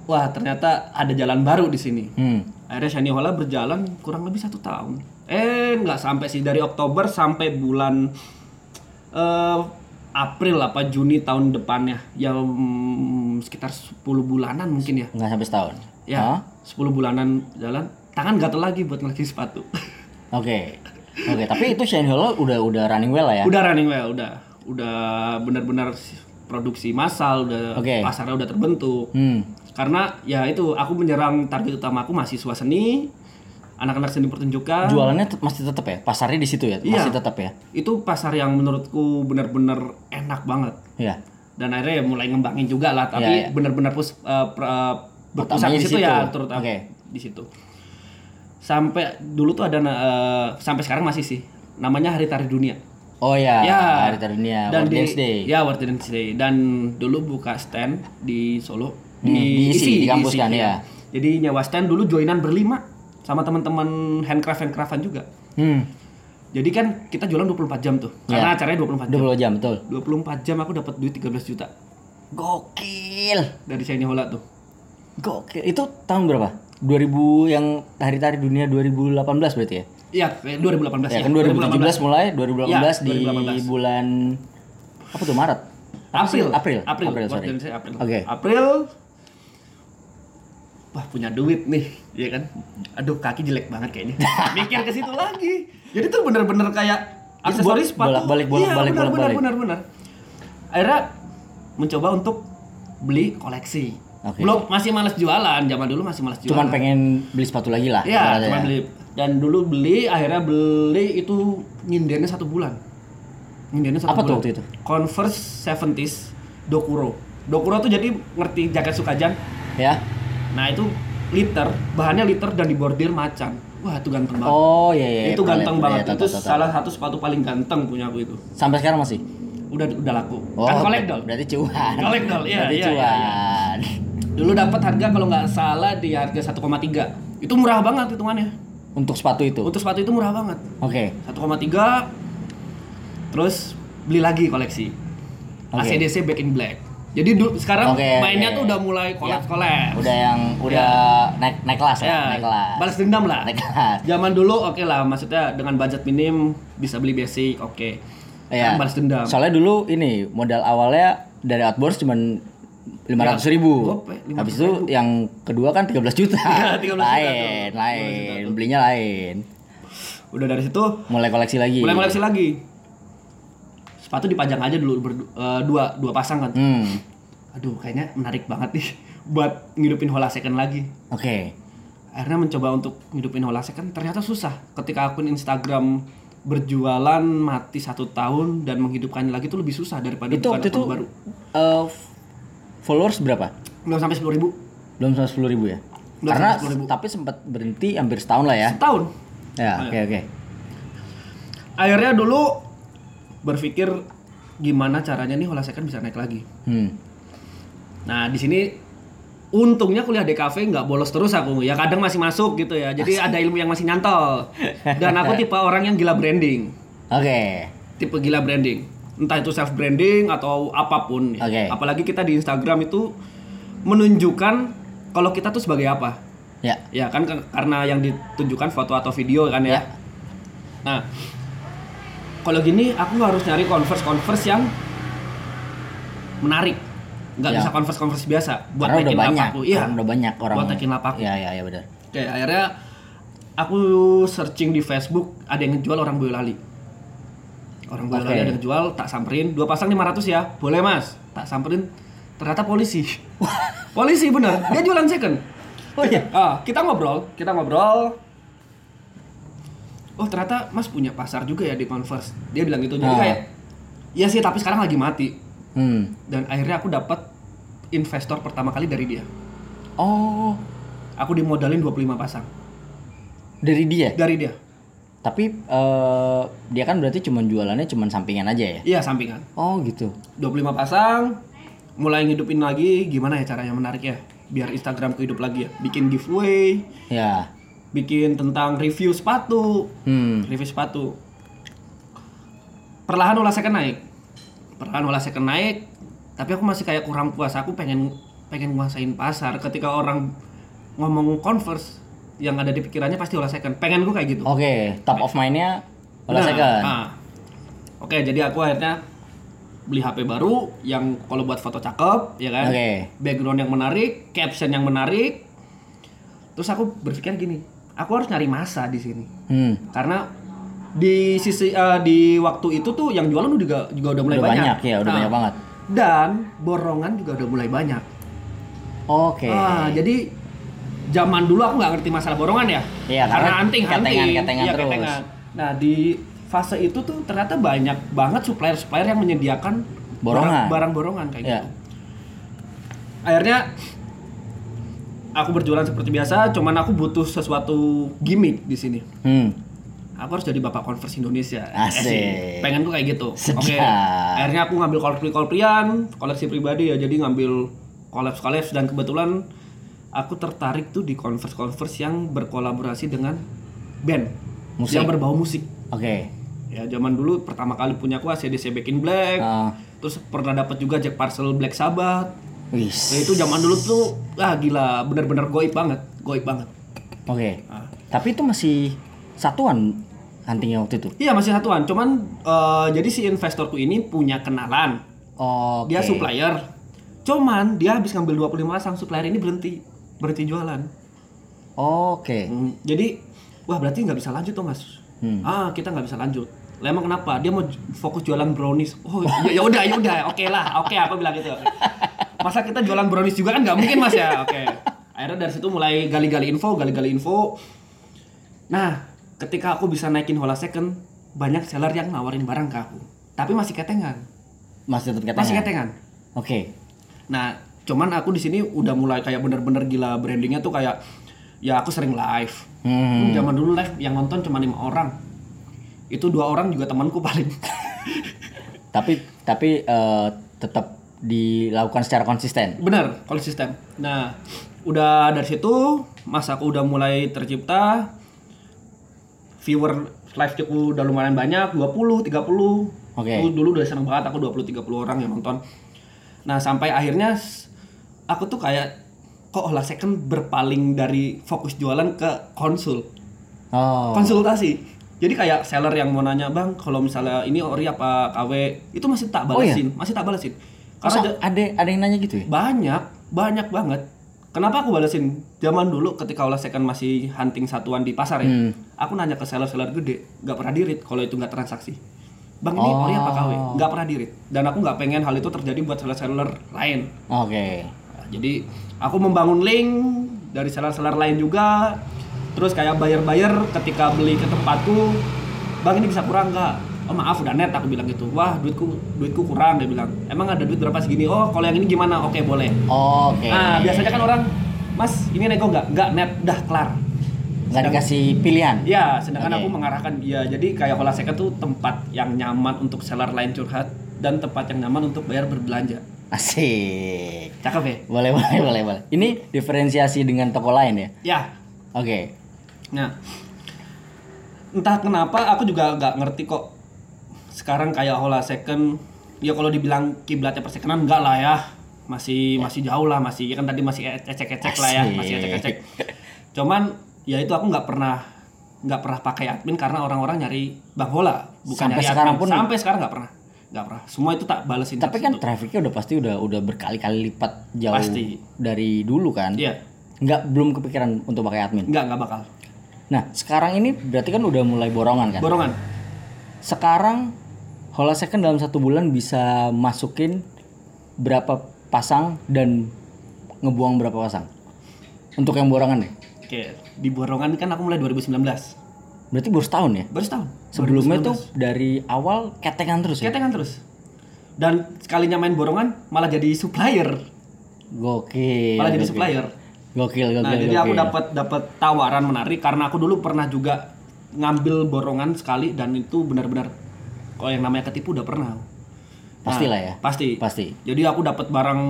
Speaker 2: wah ternyata ada jalan baru di sini.
Speaker 1: Hmm.
Speaker 2: Akhirnya Shani Hola berjalan kurang lebih satu tahun. Eh nggak sampai sih dari Oktober sampai bulan eh, April apa Juni tahun depannya ya mm, sekitar 10 bulanan mungkin ya.
Speaker 1: Nggak sampai setahun.
Speaker 2: Ya,
Speaker 1: Hah?
Speaker 2: 10 bulanan jalan, tangan gatel lagi buat ngelaki sepatu.
Speaker 1: Oke. Oke, tapi itu shiny hola udah udah running well lah ya.
Speaker 2: udah running well, udah. Udah benar-benar produksi massal, udah
Speaker 1: Oke.
Speaker 2: pasarnya udah terbentuk.
Speaker 1: Hmm.
Speaker 2: Karena ya itu aku menyerang target utama aku mahasiswa seni, anak-anak seni pertunjukan.
Speaker 1: Jualannya tet- masih tetap ya? Pasarnya di situ ya?
Speaker 2: Iya.
Speaker 1: Masih tetap ya?
Speaker 2: Itu pasar yang menurutku benar-benar enak banget.
Speaker 1: Iya.
Speaker 2: Dan akhirnya ya mulai ngembangin juga lah, tapi
Speaker 1: Iya, iya.
Speaker 2: benar-benar pus eh, pra- eh, berpusat
Speaker 1: Utamanya
Speaker 2: di
Speaker 1: di
Speaker 2: situ
Speaker 1: situ.
Speaker 2: ya, terutama
Speaker 1: Oke.
Speaker 2: di situ. Sampai dulu tuh ada na- eh, sampai sekarang masih sih. Namanya Hari Tari Dunia.
Speaker 1: Oh ya,
Speaker 2: Ya.
Speaker 1: hari Tari dunia,
Speaker 2: Dan
Speaker 1: World
Speaker 2: di-
Speaker 1: Dance Day.
Speaker 2: Ya, World Dance Day. Dan dulu buka stand di Solo.
Speaker 1: Hmm, di ISI, di kampus
Speaker 2: ISI, iya.
Speaker 1: kan, ya.
Speaker 2: Jadi nyewa stand dulu joinan berlima sama teman-teman handcraft handcraftan juga.
Speaker 1: Hmm.
Speaker 2: Jadi kan kita jualan 24 jam tuh.
Speaker 1: Iya.
Speaker 2: Karena acaranya 24 jam.
Speaker 1: 20 jam betul.
Speaker 2: 24 jam aku dapat duit 13 juta
Speaker 1: Gokil.
Speaker 2: dari Shiny Hola tuh.
Speaker 1: Gokil. Itu tahun berapa? 2000 yang hari tari dunia 2018 berarti ya?
Speaker 2: Iya, kayak 2018
Speaker 1: Ya
Speaker 2: ya.
Speaker 1: kan 2017 mulai 2018
Speaker 2: Ya,
Speaker 1: di
Speaker 2: 2018.
Speaker 1: bulan apa tuh Maret? Apa sih?
Speaker 2: April.
Speaker 1: April.
Speaker 2: April.
Speaker 1: April, sorry.
Speaker 2: Waktu Indonesia April.
Speaker 1: Oke.
Speaker 2: April. Wah, punya duit nih, ya kan? Aduh, kaki jelek banget kayaknya. Mikir ke situ lagi. Jadi tuh bener-bener kayak
Speaker 1: Itu
Speaker 2: aksesoris
Speaker 1: Ah, bolak-
Speaker 2: sepatu.
Speaker 1: bolak-balik, bolak-balik,
Speaker 2: Iya, benar,
Speaker 1: bolak-balik.
Speaker 2: benar, benar, benar. Akhirnya mencoba untuk beli koleksi.
Speaker 1: Oke.
Speaker 2: Belum masih malas jualan, zaman dulu masih malas jualan.
Speaker 1: Cuman pengen beli sepatu lagi lah.
Speaker 2: Iya,
Speaker 1: ibaratnya
Speaker 2: cuma
Speaker 1: ya.
Speaker 2: beli. Dan dulu beli, akhirnya beli itu nyindennya satu bulan. Nyindennya satu
Speaker 1: Apa tuh
Speaker 2: bulan.
Speaker 1: waktu itu?
Speaker 2: Converse 70s Dokuro. Dokuro tuh jadi ngerti jaket sukajan.
Speaker 1: Ya.
Speaker 2: Nah itu liter, bahannya liter dan dibordir macan. Wah itu ganteng banget.
Speaker 1: Oh iya iya.
Speaker 2: itu
Speaker 1: pernah
Speaker 2: ganteng
Speaker 1: lihat,
Speaker 2: banget.
Speaker 1: pernah lihat,
Speaker 2: itu
Speaker 1: tahu, tahu, tahu.
Speaker 2: salah satu sepatu paling ganteng punya aku itu.
Speaker 1: Sampai sekarang masih. Oh,
Speaker 2: Udah udah laku. kan kolek dong.
Speaker 1: Berarti cuan.
Speaker 2: Kolektor, iya,
Speaker 1: Berarti
Speaker 2: iya, iya, iya.
Speaker 1: cuan.
Speaker 2: Dulu dapat harga kalau nggak salah di harga 1,3. Itu murah banget hitungannya.
Speaker 1: Untuk sepatu itu. Oke.
Speaker 2: Untuk sepatu itu murah banget. 1,3 terus beli lagi koleksi
Speaker 1: Oke.
Speaker 2: ACDC Back in Black jadi du- sekarang
Speaker 1: Oke,
Speaker 2: mainnya
Speaker 1: oke.
Speaker 2: tuh udah mulai kolab kolab
Speaker 1: Udah yang udah
Speaker 2: Iya.
Speaker 1: naik naik kelas ya, naik kelas.
Speaker 2: balas dendam lah
Speaker 1: Naik kelas.
Speaker 2: zaman dulu oke lah maksudnya dengan budget minim bisa beli basic oke
Speaker 1: Iya.
Speaker 2: Sekarang balas dendam
Speaker 1: Soalnya dulu ini modal awalnya dari Outboards cuman 500
Speaker 2: Ya,
Speaker 1: ribu.
Speaker 2: gope,
Speaker 1: Habis itu yang kedua kan 13 juta.
Speaker 2: Iya, 13 juta
Speaker 1: lain,
Speaker 2: tuh.
Speaker 1: lain.
Speaker 2: 13 juta
Speaker 1: Belinya lain.
Speaker 2: udah dari situ
Speaker 1: Mulai koleksi lagi.
Speaker 2: mulai koleksi lagi sepatu dipajang aja dulu berdu- eh, dua dua pasang kan
Speaker 1: Hmm.
Speaker 2: aduh kayaknya menarik banget nih buat ngidupin hola second lagi
Speaker 1: Oke.
Speaker 2: akhirnya mencoba untuk hidupin olah second ternyata susah ketika akun Instagram berjualan mati satu tahun dan menghidupkannya lagi itu lebih susah daripada
Speaker 1: Itu
Speaker 2: bukan
Speaker 1: waktu itu
Speaker 2: akun baru
Speaker 1: eh, followers berapa?
Speaker 2: belum sampai sepuluh ribu
Speaker 1: Belum sampai 10 ribu ya?
Speaker 2: Belum
Speaker 1: Karena
Speaker 2: sampai 10.000.
Speaker 1: tapi sempat berhenti hampir setahun lah ya.
Speaker 2: setahun
Speaker 1: Ya,
Speaker 2: Oh,
Speaker 1: oke
Speaker 2: iya.
Speaker 1: oke.
Speaker 2: akhirnya dulu berpikir gimana caranya nih olah second bisa naik lagi
Speaker 1: Hmm.
Speaker 2: nah di sini untungnya kuliah di kafe nggak bolos terus aku ya kadang masih masuk gitu ya jadi ada ilmu yang masih nyantol dan aku tipe orang yang gila branding
Speaker 1: Oke.
Speaker 2: tipe gila branding entah itu self branding atau apapun ya.
Speaker 1: Oke.
Speaker 2: apalagi kita di Instagram itu menunjukkan kalau kita tuh sebagai apa
Speaker 1: Ya.
Speaker 2: ya kan ke- karena yang ditunjukkan foto atau video kan
Speaker 1: Ya.
Speaker 2: ya, nah kalau gini aku harus nyari converse converse yang menarik nggak
Speaker 1: Ya.
Speaker 2: bisa converse converse biasa
Speaker 1: Karena
Speaker 2: buat
Speaker 1: udah
Speaker 2: naikin
Speaker 1: banyak.
Speaker 2: lapaku iya
Speaker 1: karena udah banyak orang.
Speaker 2: buat naikin lapaku
Speaker 1: Iya, iya, iya benar.
Speaker 2: Oke, akhirnya aku searching di Facebook, ada yang ngejual orang Boyolali. Orang Boyolali
Speaker 1: Oke.
Speaker 2: ada yang ngejual, tak samperin, dua pasang 500 ya. Boleh, Mas. Tak samperin. Ternyata polisi. polisi bener, dia jualan second.
Speaker 1: Oh iya.
Speaker 2: Ah, kita ngobrol, kita ngobrol. Oh, ternyata Mas punya pasar juga ya di Converse. Dia bilang gitu. Jadi
Speaker 1: Ah.
Speaker 2: kayak Iya sih, tapi sekarang lagi mati.
Speaker 1: Hmm.
Speaker 2: Dan akhirnya aku dapat investor pertama kali dari dia.
Speaker 1: Oh,
Speaker 2: Aku dimodalin 25 pasang
Speaker 1: dari dia.
Speaker 2: dari dia.
Speaker 1: Tapi eh, dia kan berarti cuman jualannya cuman sampingan aja ya.
Speaker 2: Iya, sampingan.
Speaker 1: Oh, gitu.
Speaker 2: 25 pasang mulai ngidupin lagi gimana ya caranya menarik ya biar Instagram hidup lagi ya bikin giveaway
Speaker 1: Ya.
Speaker 2: bikin tentang review sepatu
Speaker 1: Hmm.
Speaker 2: review sepatu perlahan olah second naik perlahan olah second naik tapi aku masih kayak kurang puas aku pengen pengen nguasain pasar ketika orang ngomong converse yang ada di pikirannya pasti olah second pengen gue kayak gitu
Speaker 1: Oke, top of mind-nya olah
Speaker 2: Nah,
Speaker 1: second.
Speaker 2: ah. Oke, jadi aku akhirnya beli HP baru yang kalau buat foto cakep, ya kan?
Speaker 1: Oke.
Speaker 2: Background yang menarik, caption yang menarik. Terus aku berpikir gini, aku harus nyari masa di sini.
Speaker 1: Hmm.
Speaker 2: Karena di sisi eh, di waktu itu tuh yang jualan juga juga udah mulai
Speaker 1: udah
Speaker 2: banyak.
Speaker 1: banyak. ya, udah
Speaker 2: Nah,
Speaker 1: banyak banget.
Speaker 2: Dan borongan juga udah mulai banyak.
Speaker 1: Oke.
Speaker 2: Ah, jadi zaman dulu aku nggak ngerti masalah borongan ya.
Speaker 1: Iya, karena
Speaker 2: anting,
Speaker 1: ketengan,
Speaker 2: anting.
Speaker 1: ketengan
Speaker 2: Iya,
Speaker 1: terus.
Speaker 2: Nah, di fase itu tuh ternyata banyak banget supplier-supplier yang menyediakan
Speaker 1: Borongan.
Speaker 2: barang, barang borongan kayak
Speaker 1: Iya.
Speaker 2: gitu. Akhirnya aku berjualan seperti biasa, cuman aku butuh sesuatu gimmick di sini.
Speaker 1: Hmm.
Speaker 2: Aku harus jadi bapak Converse Indonesia.
Speaker 1: Asik.
Speaker 2: Eh, Pengen gue kayak gitu.
Speaker 1: Sedap.
Speaker 2: Akhirnya aku ngambil kolekri-kolekrian, koleksi pribadi ya. Jadi ngambil kolaps-kolaps dan kebetulan aku tertarik tuh di Converse-Converse yang berkolaborasi dengan band
Speaker 1: Musik.
Speaker 2: yang berbau musik.
Speaker 1: Oke.
Speaker 2: Ya zaman dulu pertama kali punya aku ACDC Back in Black.
Speaker 1: Ah.
Speaker 2: Terus pernah dapat juga Jack Parcel Black Sabbath.
Speaker 1: Wis.
Speaker 2: Ya, itu zaman dulu tuh ah gila, bener-bener goib banget, goib banget.
Speaker 1: Oke.
Speaker 2: Ah.
Speaker 1: Tapi itu masih satuan huntingnya waktu itu.
Speaker 2: Iya masih satuan, cuman eh, jadi si investorku ini punya kenalan,
Speaker 1: Oke.
Speaker 2: dia supplier. Cuman dia habis ngambil 25 pasang, supplier ini berhenti berhenti jualan.
Speaker 1: Oke.
Speaker 2: Hmm, Jadi wah berarti nggak bisa lanjut tuh mas.
Speaker 1: Hmm.
Speaker 2: Ah kita nggak bisa lanjut. Lah emang kenapa? Dia mau j- fokus jualan brownies. Oh ya ya udah ya udah, oke lah, oke aku bilang gitu. masa kita jualan brownies juga kan nggak mungkin mas ya oke akhirnya dari situ mulai gali-gali info gali-gali info nah ketika aku bisa naikin hola second banyak seller yang nawarin barang ke aku tapi masih ketengan
Speaker 1: Masih tetap
Speaker 2: masih
Speaker 1: ketengan.
Speaker 2: ketengan
Speaker 1: Oke.
Speaker 2: Nah, cuman aku di sini udah mulai kayak bener-bener gila brandingnya tuh kayak ya aku sering live.
Speaker 1: Hmm.
Speaker 2: Zaman dulu live yang nonton cuma lima orang. Itu dua orang juga temanku paling.
Speaker 1: Tapi tapi eh, tetap dilakukan secara konsisten.
Speaker 2: Bener, konsisten. Nah, udah dari situ mas aku udah mulai tercipta viewer live aku udah lumayan banyak 20 30
Speaker 1: Oke.
Speaker 2: Aku dulu udah seneng banget aku 20 30 orang yang nonton nah sampai akhirnya s- aku tuh kayak kok lah second berpaling dari fokus jualan ke konsul
Speaker 1: Oh.
Speaker 2: konsultasi jadi kayak seller yang mau nanya bang kalau misalnya ini ori apa KW itu masih tak
Speaker 1: Oh, iya?
Speaker 2: balesin masih tak balesin
Speaker 1: Masa
Speaker 2: karena ja-
Speaker 1: Oh, ada ada yang nanya gitu ya?
Speaker 2: banyak banyak banget kenapa aku balesin zaman dulu ketika olah second masih hunting satuan di pasar ya
Speaker 1: Hmm.
Speaker 2: aku nanya ke seller seller gede nggak pernah dirit kalau itu nggak transaksi bang ini ori apa
Speaker 1: Oh.
Speaker 2: KW nggak pernah dirit dan aku nggak pengen hal itu terjadi buat seller seller lain
Speaker 1: Oke.
Speaker 2: Nah, jadi aku membangun link dari seller-seller lain juga. Terus kayak buyer-buyer ketika beli ke tempatku, bang ini bisa kurang nggak? Oh maaf udah net aku bilang gitu. Wah duitku duitku kurang dia bilang. Emang ada duit berapa segini? Oh kalau yang ini gimana? Oke boleh.
Speaker 1: Oke.
Speaker 2: Nah biasanya kan orang, Mas ini nego nggak? Nggak net, dah kelar.
Speaker 1: nggak dikasih pilihan.
Speaker 2: Ya, sedangkan
Speaker 1: Oke.
Speaker 2: aku mengarahkan dia. Jadi kayak kalau second tuh tempat yang nyaman untuk seller lain curhat dan tempat yang nyaman untuk bayar berbelanja.
Speaker 1: Asik.
Speaker 2: Cakep ya?
Speaker 1: Boleh boleh boleh boleh. Ini diferensiasi dengan toko lain ya?
Speaker 2: Ya,
Speaker 1: Oke.
Speaker 2: Nah, entah kenapa aku juga nggak ngerti kok sekarang kayak Hola Second ya kalau dibilang kiblatnya persekenan enggak lah ya masih masih jauh lah masih ya kan tadi masih ecek-ecek lah ya masih
Speaker 1: Asik.
Speaker 2: ecek-ecek cuman ya itu aku nggak pernah nggak pernah pakai admin karena orang-orang nyari bang Hola bukan
Speaker 1: Sampai
Speaker 2: nyari
Speaker 1: sekarang
Speaker 2: admin.
Speaker 1: pun-
Speaker 2: sampai sekarang nggak pernah nggak pernah semua itu tak balesin
Speaker 1: Tapi kan
Speaker 2: satu-satu.
Speaker 1: trafficnya udah pasti udah udah berkali-kali lipat jauh
Speaker 2: Pasti.
Speaker 1: dari dulu kan?
Speaker 2: iya
Speaker 1: Nggak belum kepikiran untuk pakai admin.
Speaker 2: nggak nggak bakal
Speaker 1: Nah sekarang ini berarti kan udah mulai borongan kan?
Speaker 2: borongan
Speaker 1: sekarang Hola Second dalam satu bulan bisa masukin berapa pasang dan ngebuang berapa pasang? Untuk yang borongan deh.
Speaker 2: oke di borongan kan aku mulai 2019
Speaker 1: Berarti baru setahun ya?
Speaker 2: baru setahun
Speaker 1: Sebelumnya
Speaker 2: 2019.
Speaker 1: tuh dari awal ketengan terus ya?
Speaker 2: Ketengan terus. Dan sekalinya main borongan malah jadi supplier,
Speaker 1: Gokil.
Speaker 2: malah jadi
Speaker 1: gokil.
Speaker 2: supplier.
Speaker 1: Gokil, gokil,
Speaker 2: Nah, jadi aku
Speaker 1: gokil.
Speaker 2: dapat dapat tawaran menarik karena aku dulu pernah juga ngambil borongan sekali dan itu benar-benar kalau yang namanya ketipu udah pernah.
Speaker 1: Pastilah ya.
Speaker 2: Pasti.
Speaker 1: Pasti.
Speaker 2: Jadi aku dapat barang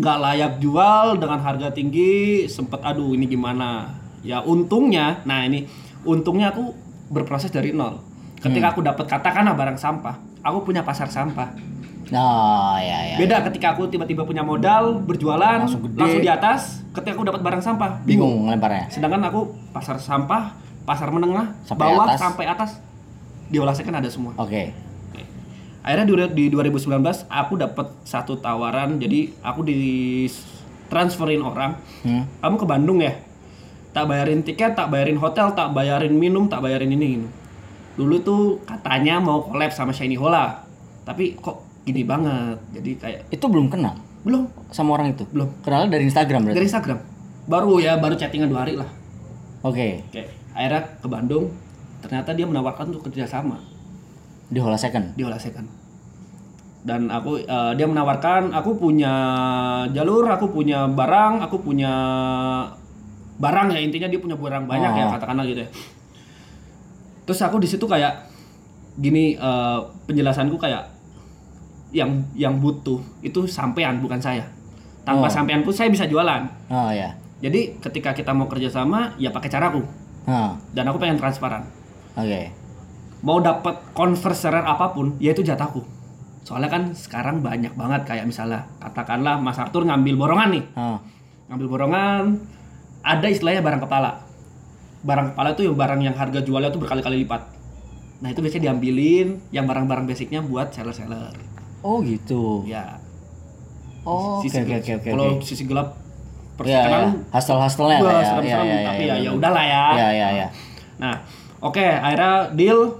Speaker 2: nggak layak jual dengan harga tinggi, sempet aduh ini gimana. Ya untungnya, nah ini untungnya aku berproses dari nol. Ketika aku dapat katakanlah barang sampah, aku punya pasar sampah.
Speaker 1: Oh, ya ya.
Speaker 2: Beda ketika aku tiba-tiba punya modal, berjualan,
Speaker 1: Langsung gede.
Speaker 2: langsung,
Speaker 1: Iya.
Speaker 2: di atas, ketika aku dapat barang sampah, bingung.
Speaker 1: Bingung ngelemparnya.
Speaker 2: Sedangkan aku pasar sampah, pasar menengah,
Speaker 1: Sampai
Speaker 2: bawah
Speaker 1: atas.
Speaker 2: sampai atas diolah second ada semua.
Speaker 1: Oke.
Speaker 2: Akhirnya di, di 2019 aku dapat satu tawaran, jadi aku di transferin orang.
Speaker 1: Hmm.
Speaker 2: Kamu ke Bandung ya? Tak bayarin tiket, tak bayarin hotel, tak bayarin minum, tak bayarin ini. ini. Dulu tuh katanya mau collab sama Shiny Hola, tapi kok gini banget. Jadi kayak
Speaker 1: Itu belum kenal
Speaker 2: belum
Speaker 1: sama orang itu.
Speaker 2: Belum.
Speaker 1: Kenalnya dari Instagram berarti.
Speaker 2: dari Instagram baru ya baru chattingan dua hari lah
Speaker 1: Oke.
Speaker 2: oke akhirnya ke Bandung ternyata dia menawarkan untuk kerjasama
Speaker 1: Di Hola Second.
Speaker 2: di Olah Second dan aku eh, dia menawarkan aku punya jalur aku punya barang aku punya barang ya intinya dia punya barang banyak ya
Speaker 1: Oh.
Speaker 2: katakanlah gitu ya terus aku di situ kayak gini eh, penjelasanku kayak yang yang butuh itu sampean bukan saya
Speaker 1: Oh.
Speaker 2: tanpa sampean pun saya bisa jualan
Speaker 1: Oh ya.
Speaker 2: Jadi ketika kita mau kerjasama, ya pakai caraku.
Speaker 1: Hah.
Speaker 2: Dan aku pengen transparan.
Speaker 1: Oke.
Speaker 2: Mau dapat converser apapun, ya itu jatahku. Soalnya kan sekarang banyak banget kayak misalnya katakanlah Mas Arthur ngambil borongan nih,
Speaker 1: Hah.
Speaker 2: ngambil borongan, ada istilahnya barang kepala. Barang kepala itu yang barang yang harga jualnya tuh berkali-kali lipat. Nah itu biasanya diambilin yang barang-barang basicnya buat seller-seller.
Speaker 1: Oh gitu.
Speaker 2: Ya.
Speaker 1: Oh, oke
Speaker 2: sisi
Speaker 1: oke
Speaker 2: gelap.
Speaker 1: oke oke.
Speaker 2: Kalau sisi gelap
Speaker 1: ya, ya.
Speaker 2: persenan
Speaker 1: Hustle-hustlenya
Speaker 2: Wah,
Speaker 1: lah ya.
Speaker 2: serem-serem, tapi ya ya
Speaker 1: bener.
Speaker 2: udahlah ya.
Speaker 1: Ya ya ya.
Speaker 2: Nah, oke, akhirnya deal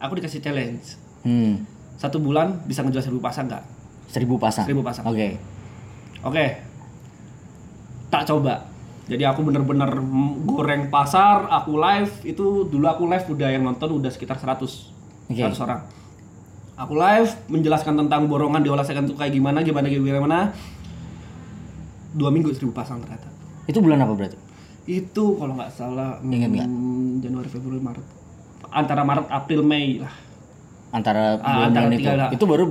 Speaker 2: aku dikasih challenge.
Speaker 1: Hmm.
Speaker 2: Satu bulan bisa ngejual seribu pasang nggak?
Speaker 1: Seribu pasang.
Speaker 2: Seribu pasang.
Speaker 1: Oke.
Speaker 2: Oke. Tak coba. Jadi aku bener-bener mm, goreng pasar, aku live itu dulu aku live udah yang nonton udah sekitar 100.
Speaker 1: Oke.
Speaker 2: 100 orang. Aku live menjelaskan tentang borongan diolah second tuh kayak gimana, gimana gimana gimana. Dua minggu seribu pasang ternyata.
Speaker 1: Itu bulan apa berarti?
Speaker 2: Itu kalau nggak salah
Speaker 1: Ingat nggak?
Speaker 2: mm, Januari, Februari, Maret. Antara Maret, April, Mei lah.
Speaker 1: Antara dua
Speaker 2: Ah, antara
Speaker 1: bulan itu.
Speaker 2: tiga lah.
Speaker 1: Itu baru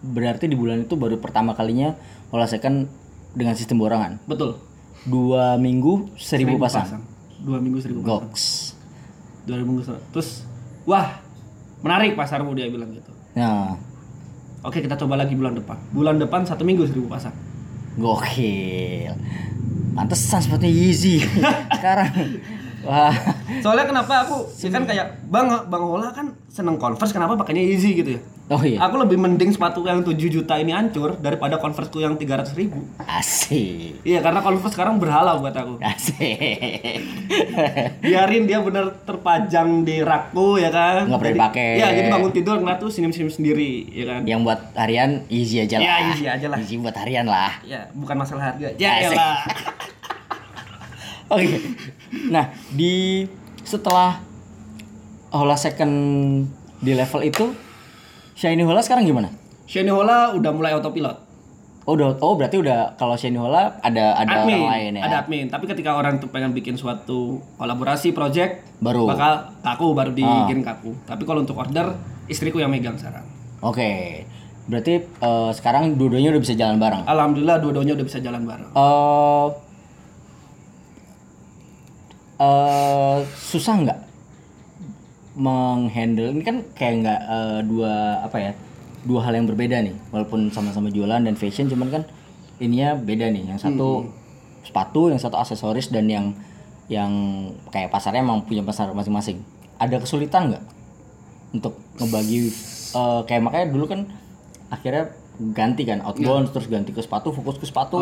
Speaker 1: berarti di bulan itu baru pertama kalinya olah second dengan sistem borongan.
Speaker 2: Betul.
Speaker 1: Dua minggu seribu pasang.
Speaker 2: Dua minggu seribu pasang.
Speaker 1: Goks.
Speaker 2: dua minggu setelah. Terus wah menarik pasarmu dia bilang gitu.
Speaker 1: Nah,
Speaker 2: Oke kita coba lagi bulan depan. Bulan depan satu minggu seribu pasang.
Speaker 1: gokil. Pantesan sepertinya easy sekarang. Wah,
Speaker 2: Soalnya kenapa aku ya kan kayak bang bang Ola kan seneng converse kenapa pakainya easy gitu ya?
Speaker 1: oh iya,
Speaker 2: Aku lebih mending sepatu yang 7 juta ini hancur daripada converse yang 300 ribu.
Speaker 1: asik,
Speaker 2: Iya karena converse sekarang berhala buat aku.
Speaker 1: asik.
Speaker 2: Biarin dia bener terpajang di rakku ya kan.
Speaker 1: Nggak perlu
Speaker 2: Jadi-
Speaker 1: dipakai.
Speaker 2: Iya jadi bangun tidur ngeliat tuh senyum-senyum sendiri ya kan.
Speaker 1: Yang buat harian easy aja Iya lah.
Speaker 2: Ya, easy aja lah.
Speaker 1: Easy buat harian lah.
Speaker 2: Ya bukan masalah harga. Ya
Speaker 1: Asik.
Speaker 2: elah.
Speaker 1: Oke. Nah, di setelah Hola second di level itu Shiny Hola sekarang gimana?
Speaker 2: Shane Hola udah mulai autopilot.
Speaker 1: Oh, udah, oh berarti udah kalau Shiny Hola ada ada
Speaker 2: admin,
Speaker 1: orang lain ya.
Speaker 2: ada admin. Tapi ketika orang tuh pengen bikin suatu kolaborasi project,
Speaker 1: Baru.
Speaker 2: bakal kaku baru di
Speaker 1: Ah.
Speaker 2: gen kaku. Tapi kalau untuk order, istriku yang megang sekarang.
Speaker 1: Oke. Berarti eh, sekarang dua-duanya udah bisa jalan bareng.
Speaker 2: Alhamdulillah dua-duanya udah bisa jalan bareng.
Speaker 1: eh eh, susah nggak menghandle ini kan kayak nggak eh, dua apa ya dua hal yang berbeda nih walaupun sama-sama jualan dan fashion cuman kan ininya beda nih yang satu sepatu yang satu aksesoris dan yang yang kayak pasarnya emang punya pasar masing-masing ada kesulitan nggak untuk ngebagi eh, kayak makanya dulu kan akhirnya ganti kan outbound terus ganti ke sepatu fokus ke sepatu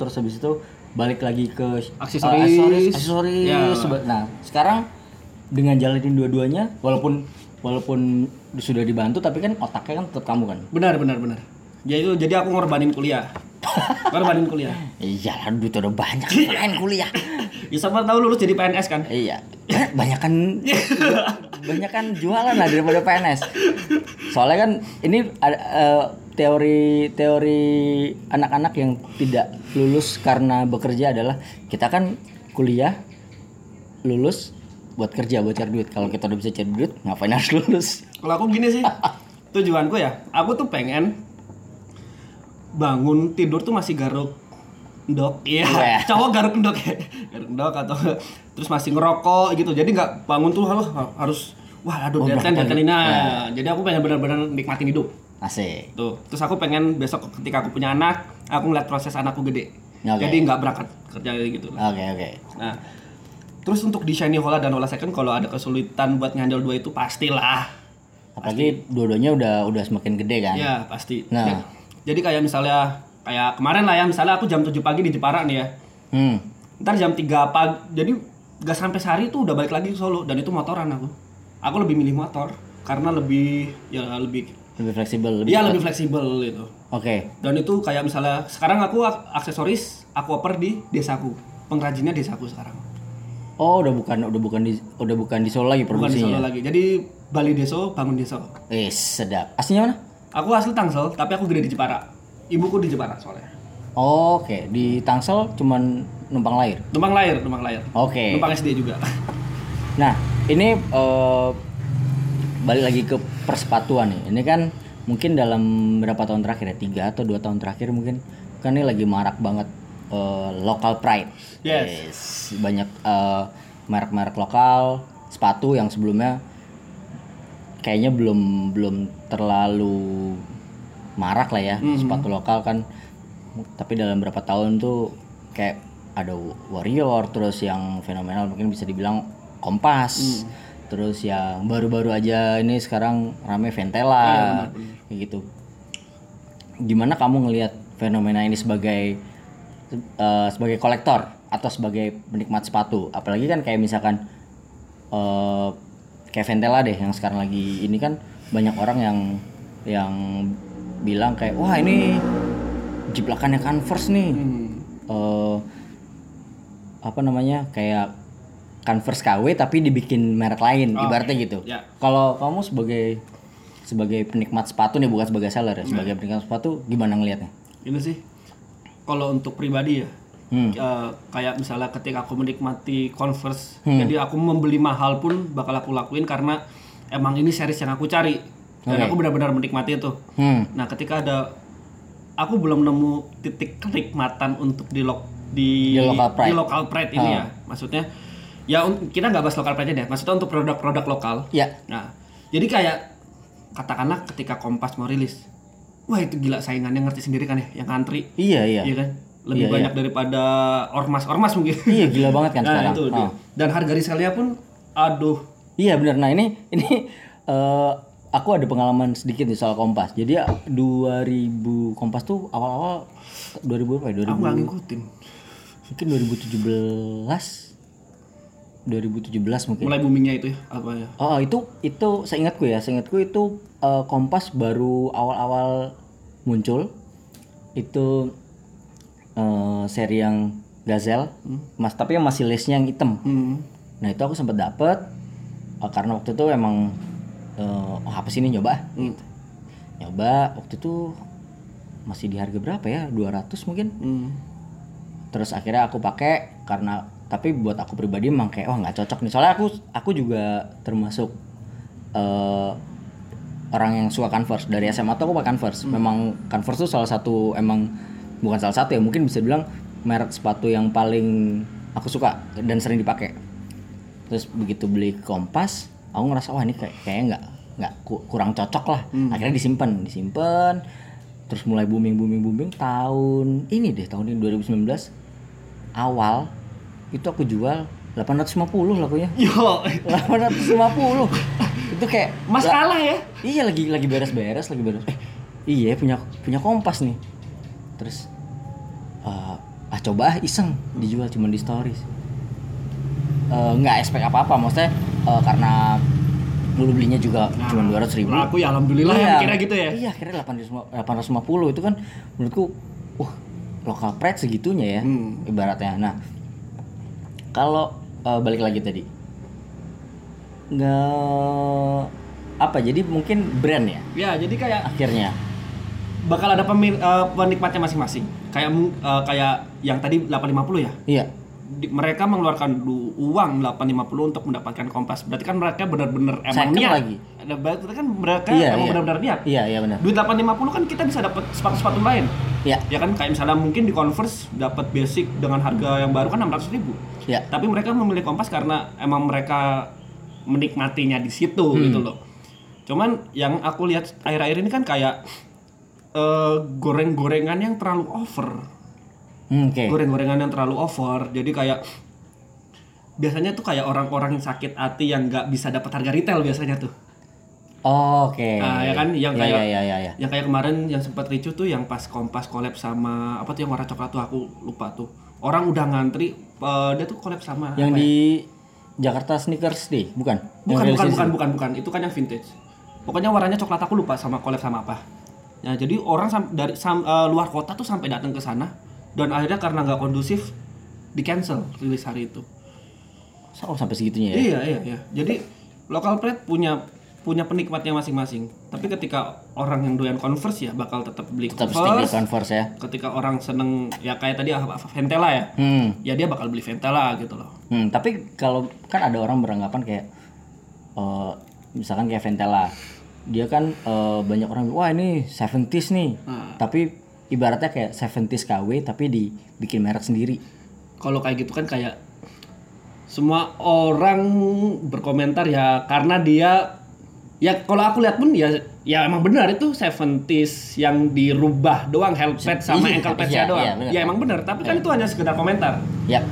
Speaker 1: terus habis itu balik lagi ke eh,
Speaker 2: Aksesoris.
Speaker 1: aksesoris, aksesoris.
Speaker 2: Ya.
Speaker 1: Seba- nah sekarang dengan jalanin dua-duanya walaupun walaupun sudah dibantu tapi kan otaknya kan tetap kamu kan
Speaker 2: Benar, benar, benar. Jadi itu jadi aku ngorbanin kuliah. ngorbanin kuliah.
Speaker 1: iya lah duit udah banyak main kuliah
Speaker 2: Ya sama tahu lulus jadi PNS kan?
Speaker 1: iya banyak kan banyak kan jualan lah daripada PNS soalnya kan ini ada eh, teori teori anak-anak yang tidak lulus karena bekerja adalah kita kan kuliah lulus buat kerja buat cari duit kalau kita udah bisa cari duit ngapain harus lulus
Speaker 2: Kalau aku gini sih, tujuanku ya, aku tuh pengen bangun tidur tuh masih garuk endok iya
Speaker 1: Iya.
Speaker 2: cowok garuk endok ya garuk endok atau terus masih ngerokok gitu jadi nggak bangun tuh harus harus wah aduh
Speaker 1: Oh,
Speaker 2: deadline
Speaker 1: berapa nih?
Speaker 2: deadline nah jadi aku pengen benar-benar nikmatin hidup
Speaker 1: asik
Speaker 2: tuh terus aku pengen besok ketika aku punya anak aku ngeliat proses anakku gede
Speaker 1: Oke.
Speaker 2: jadi nggak berangkat kerja gitu
Speaker 1: oke oke
Speaker 2: nah terus untuk di Shiny Hola dan Hola Second kalau ada kesulitan buat ngehandle dua itu pastilah
Speaker 1: apalagi dua-duanya udah udah semakin gede kan
Speaker 2: Iya pasti.
Speaker 1: Nah.
Speaker 2: Ya. Jadi kayak misalnya kayak kemarin lah ya misalnya aku jam 7 pagi di Jepara nih ya.
Speaker 1: hmm
Speaker 2: Ntar jam 3 pagi jadi gak sampai sehari itu udah balik lagi ke Solo dan itu motoran aku. Aku lebih milih motor karena lebih ya lebih
Speaker 1: lebih fleksibel lebih
Speaker 2: dia
Speaker 1: cepat.
Speaker 2: lebih fleksibel gitu.
Speaker 1: oke
Speaker 2: Dan itu kayak misalnya sekarang aku ak- aksesoris aku oper di desaku. Pengrajinnya desaku sekarang.
Speaker 1: oh udah bukan udah bukan di udah bukan di Solo lagi
Speaker 2: Bukan di
Speaker 1: produksinya
Speaker 2: Solo lagi. Jadi Bali Deso bangun Deso.
Speaker 1: Eh sedap. Aslinya mana?
Speaker 2: Aku asli Tangsel tapi aku gede di Jepara. Ibuku di Jepara soalnya.
Speaker 1: Oke, di Tangsel cuman numpang lahir.
Speaker 2: Numpang lahir, numpang lahir.
Speaker 1: Oke.
Speaker 2: Numpang SD juga.
Speaker 1: Nah, ini eh, balik lagi ke persepatuan nih. Ini kan mungkin dalam berapa tahun terakhir ya? Tiga atau dua tahun terakhir mungkin kan ini lagi marak banget eh, local pride.
Speaker 2: Yes.
Speaker 1: Yes, Banyak eh, merek-merek lokal sepatu yang sebelumnya kayaknya belum belum terlalu marak lah ya sepatu lokal kan tapi dalam beberapa tahun tuh kayak ada warrior terus yang fenomenal mungkin bisa dibilang kompas terus yang baru-baru aja ini sekarang rame ventela kayak gitu gimana kamu ngelihat fenomena ini sebagai eh, sebagai kolektor atau sebagai penikmat sepatu apalagi kan kayak misalkan eh, kayak Ventela deh yang sekarang lagi ini kan banyak orang yang yang bilang kayak wah ini jiplakannya Converse nih.
Speaker 2: Hmm.
Speaker 1: eh apa namanya? Kayak Converse KW tapi dibikin merek lain,
Speaker 2: Oh,
Speaker 1: ibaratnya
Speaker 2: oke.
Speaker 1: gitu.
Speaker 2: Ya.
Speaker 1: Kalau kamu sebagai sebagai penikmat sepatu nih bukan sebagai seller ya, sebagai
Speaker 2: Hmm.
Speaker 1: penikmat sepatu gimana ngelihatnya?
Speaker 2: Ini sih kalau untuk pribadi ya
Speaker 1: Hmm.
Speaker 2: eh, kayak misalnya ketika aku menikmati Converse,
Speaker 1: Hmm.
Speaker 2: jadi aku membeli mahal pun bakal aku lakuin karena emang ini series yang aku cari dan
Speaker 1: Oke.
Speaker 2: aku benar-benar menikmati itu.
Speaker 1: Hmm.
Speaker 2: Nah, ketika ada aku belum nemu titik kenikmatan untuk di lo- di
Speaker 1: Di local pride. Ah.
Speaker 2: di local pride ini ya. Maksudnya ya un- kita nggak bahas local pride-nya deh. Maksudnya untuk produk-produk lokal.
Speaker 1: Ya.
Speaker 2: Nah, jadi kayak katakanlah ketika Kompas mau rilis, wah itu gila saingannya ngerti sendiri kan ya yang ngantri
Speaker 1: Iya, iya.
Speaker 2: Iya kan? Lebih banyak daripada ormas-ormas mungkin.
Speaker 1: Iya, gila banget kan
Speaker 2: nah,
Speaker 1: sekarang.
Speaker 2: itu.
Speaker 1: Ah.
Speaker 2: dia. Dan harga resellnya pun aduh.
Speaker 1: Iya benar. Nah ini ini eh, aku ada pengalaman sedikit nih soal Kompas. Jadi ya, 2000 Kompas tuh awal-awal 2000 apa ya?
Speaker 2: Aku nggak ngikutin.
Speaker 1: 2000 mungkin 2017 2017 mungkin.
Speaker 2: Mulai boomingnya itu ya, apa ya?
Speaker 1: Oh itu itu seingatku ya, seingatku itu eh, Kompas baru awal-awal muncul itu eh, seri yang Gazelle, mas tapi yang masih lace-nya yang hitam.
Speaker 2: Hmm.
Speaker 1: Nah itu aku sempat dapet eh, karena waktu itu emang eh, oh, apa sih ini nyoba?
Speaker 2: Hmm.
Speaker 1: Nyoba waktu itu masih di harga berapa ya? 200 mungkin.
Speaker 2: Hmm.
Speaker 1: Terus akhirnya aku pakai karena tapi buat aku pribadi emang kayak wah nggak cocok nih. Soalnya aku aku juga termasuk eh, orang yang suka Converse dari SMA tuh aku pakai Converse. Memang Converse tuh salah satu emang bukan salah satu ya mungkin bisa bilang merek sepatu yang paling aku suka dan sering dipakai terus begitu beli kompas aku ngerasa wah ini kayak kayaknya nggak nggak ku- kurang cocok lah akhirnya disimpan disimpan terus mulai booming booming booming tahun ini deh tahun ini 2019 awal itu aku jual 850 lakunya
Speaker 2: Yo,
Speaker 1: 850 itu kayak
Speaker 2: Mas
Speaker 1: nggak-
Speaker 2: kalah ya?
Speaker 1: Iya lagi lagi beres-beres, lagi beres. Eh, iya punya punya kompas nih. Terus eh, ah coba ah iseng dijual cuma di stories. Eh, nggak expect apa-apa, maksudnya eh, karena dulu belinya juga
Speaker 2: Ah,
Speaker 1: cuma dua ratus ribu.
Speaker 2: Nah, Aku ya alhamdulillah ya
Speaker 1: Iya.
Speaker 2: kira gitu ya.
Speaker 1: Iya, akhirnya 850 itu kan menurutku wah, lokal pride segitunya ya
Speaker 2: Hmm.
Speaker 1: ibaratnya. Nah, kalau eh, balik lagi tadi. Nggak apa jadi mungkin brand ya
Speaker 2: Ya, jadi kayak
Speaker 1: akhirnya.
Speaker 2: bakal ada pemil, eh, penikmatnya masing-masing. Kayak mu- eh, kayak yang tadi 850 ya.
Speaker 1: Iya.
Speaker 2: Di- mereka mengeluarkan du- uang 850 untuk mendapatkan kompas. Berarti kan mereka benar-benar
Speaker 1: Second
Speaker 2: emang niat.
Speaker 1: lagi.
Speaker 2: Ada- Berarti kan mereka
Speaker 1: Iya,
Speaker 2: emang
Speaker 1: iya.
Speaker 2: benar-benar niat.
Speaker 1: Iya, iya benar.
Speaker 2: Duit 850 kan kita bisa dapat sepatu-sepatu lain.
Speaker 1: Iya.
Speaker 2: Ya kan kayak misalnya mungkin di Converse dapat basic dengan harga yang baru kan 600 ribu.
Speaker 1: Iya.
Speaker 2: Tapi mereka memilih Kompas karena emang mereka menikmatinya di situ
Speaker 1: Hmm.
Speaker 2: gitu loh. Cuman yang aku lihat akhir-akhir ini kan kayak eh, goreng-gorengan yang terlalu over
Speaker 1: Hmm, Oke.
Speaker 2: goreng-gorengan yang terlalu over jadi kayak biasanya tuh kayak orang-orang yang sakit hati yang nggak bisa dapat harga retail biasanya tuh
Speaker 1: Oh, Oke.
Speaker 2: Ah, ya kan, yang
Speaker 1: Iya,
Speaker 2: kayak-
Speaker 1: Iya, iya, iya.
Speaker 2: yang kayak kemarin yang sempat ricu tuh yang pas kompas collab sama apa tuh yang warna coklat tuh aku lupa tuh orang udah ngantri eh, dia tuh collab sama
Speaker 1: Yang
Speaker 2: apa ya?
Speaker 1: di Jakarta Sneakers deh, bukan?
Speaker 2: bukan
Speaker 1: Yang
Speaker 2: bukan
Speaker 1: rilis-
Speaker 2: bukan bukan bukan itu kan yang vintage pokoknya warnanya coklat aku lupa sama collab sama apa ya jadi orang sam- dari sam- eh, luar kota tuh sampai datang ke sana dan akhirnya karena nggak kondusif di cancel rilis hari itu
Speaker 1: Oh, sampai segitunya ya.
Speaker 2: Iya iya iya. Jadi local pride punya punya penikmatnya masing-masing. Tapi ketika orang yang doyan converse ya bakal tetap beli
Speaker 1: Tetap stick di
Speaker 2: converse.
Speaker 1: Converse ya.
Speaker 2: Ketika orang seneng ya kayak tadi ah, Ventela ya,
Speaker 1: Hmm.
Speaker 2: ya dia bakal beli Ventela gitu loh.
Speaker 1: Hmm, tapi kalau kan ada orang beranggapan kayak eh, misalkan kayak Ventela. Dia kan eh, banyak orang wah ini 70s nih.
Speaker 2: Hmm.
Speaker 1: Tapi ibaratnya kayak 70s KW tapi dibikin merek sendiri.
Speaker 2: Kalau kayak gitu kan kayak semua orang berkomentar ya karena dia ya kalau aku lihat pun ya ya emang benar itu 70s yang dirubah doang helmet sama
Speaker 1: Iya,
Speaker 2: ankle
Speaker 1: iya,
Speaker 2: patch-nya doang.
Speaker 1: iya, benar.
Speaker 2: ya emang benar, tapi kan itu hanya sekedar komentar.
Speaker 1: Ya.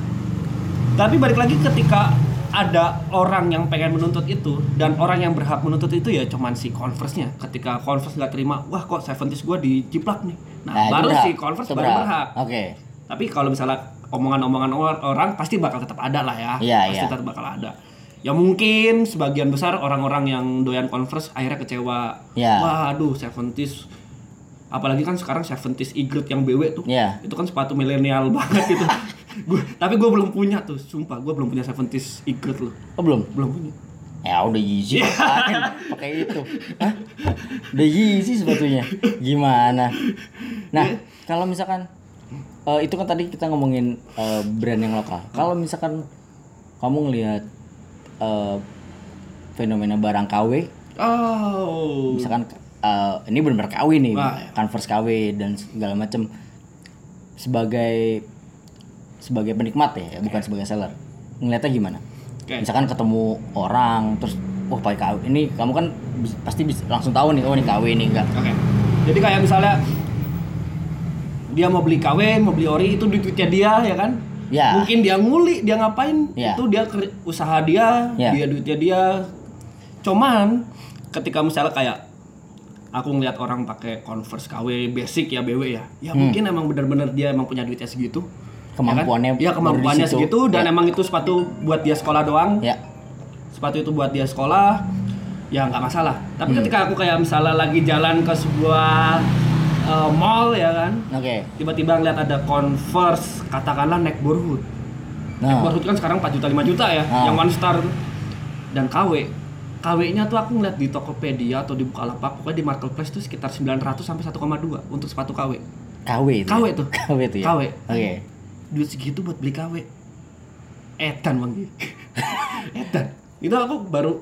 Speaker 2: Tapi balik lagi ketika ada orang yang pengen menuntut itu dan orang yang berhak menuntut itu ya cuman si Converse-nya. Ketika Converse nggak terima, wah kok 70s gua dijiplak nih. Nah,
Speaker 1: Nah, itu
Speaker 2: baru
Speaker 1: berhak.
Speaker 2: si Converse
Speaker 1: Itu
Speaker 2: baru berhak.
Speaker 1: Oke.
Speaker 2: Tapi kalau misalnya omongan-omongan or- orang pasti bakal tetap ada lah ya.
Speaker 1: Iya, iya.
Speaker 2: pasti tetap bakal ada. Ya mungkin sebagian besar orang-orang yang doyan Converse akhirnya kecewa.
Speaker 1: Iya.
Speaker 2: Wah, aduh 70s apalagi kan sekarang 70s Igret yang BW tuh
Speaker 1: Iya.
Speaker 2: itu kan sepatu milenial banget itu Gua- tapi gue belum punya tuh sumpah gue belum punya 70s Igret loh
Speaker 1: Oh belum?
Speaker 2: belum punya
Speaker 1: Ya udah Yeezy ngapain pakai itu. Hah? Udah Yeezy sebetulnya. Gimana? Nah, kalau misalkan eh, itu kan tadi kita ngomongin eh, brand yang lokal. Kalau misalkan kamu ngelihat eh, fenomena barang KW,
Speaker 2: oh
Speaker 1: misalkan eh, ini benar-benar KW nih, kan
Speaker 2: Wah,
Speaker 1: Converse KW dan segala macam sebagai sebagai penikmat ya, bukan sebagai seller. Ngelihatnya gimana?
Speaker 2: Oke.
Speaker 1: misalkan ketemu orang terus wah pakai KW ini kamu kan bis- pasti bis- langsung tahu nih oh ini KW ini enggak
Speaker 2: Oke. Jadi kayak misalnya dia mau beli KW, mau beli ori itu di tweetnya dia ya kan?
Speaker 1: Ya.
Speaker 2: Mungkin dia nguli, dia ngapain?
Speaker 1: Ya.
Speaker 2: Itu dia ker- usaha dia,
Speaker 1: Ya.
Speaker 2: dia duitnya dia. Cuman ketika misalnya kayak aku ngeliat orang pakai Converse KW basic ya BW ya. Ya
Speaker 1: Hmm.
Speaker 2: mungkin emang benar-benar dia emang punya duitnya segitu.
Speaker 1: Kemampuannya
Speaker 2: ya, kan? ya kemampuannya
Speaker 1: baru di situ.
Speaker 2: segitu dan emang itu sepatu buat dia sekolah doang
Speaker 1: ya
Speaker 2: sepatu itu buat dia sekolah ya nggak masalah tapi
Speaker 1: Hmm.
Speaker 2: ketika aku kayak misalnya lagi jalan ke sebuah eh, mall ya kan
Speaker 1: oke
Speaker 2: tiba-tiba ngeliat ada converse katakanlah neck borhood
Speaker 1: nah
Speaker 2: borhood kan sekarang 4 juta 5 juta ya
Speaker 1: Ah.
Speaker 2: yang one star tuh. dan KW KW-nya tuh aku ngeliat di Tokopedia atau di Bukalapak pokoknya di marketplace tuh sekitar 900 sampai 1,2 untuk sepatu KW
Speaker 1: KW itu
Speaker 2: KW
Speaker 1: ya?
Speaker 2: tuh.
Speaker 1: KW itu ya
Speaker 2: KW.
Speaker 1: oke
Speaker 2: duit segitu buat beli KW edan bang edan itu aku baru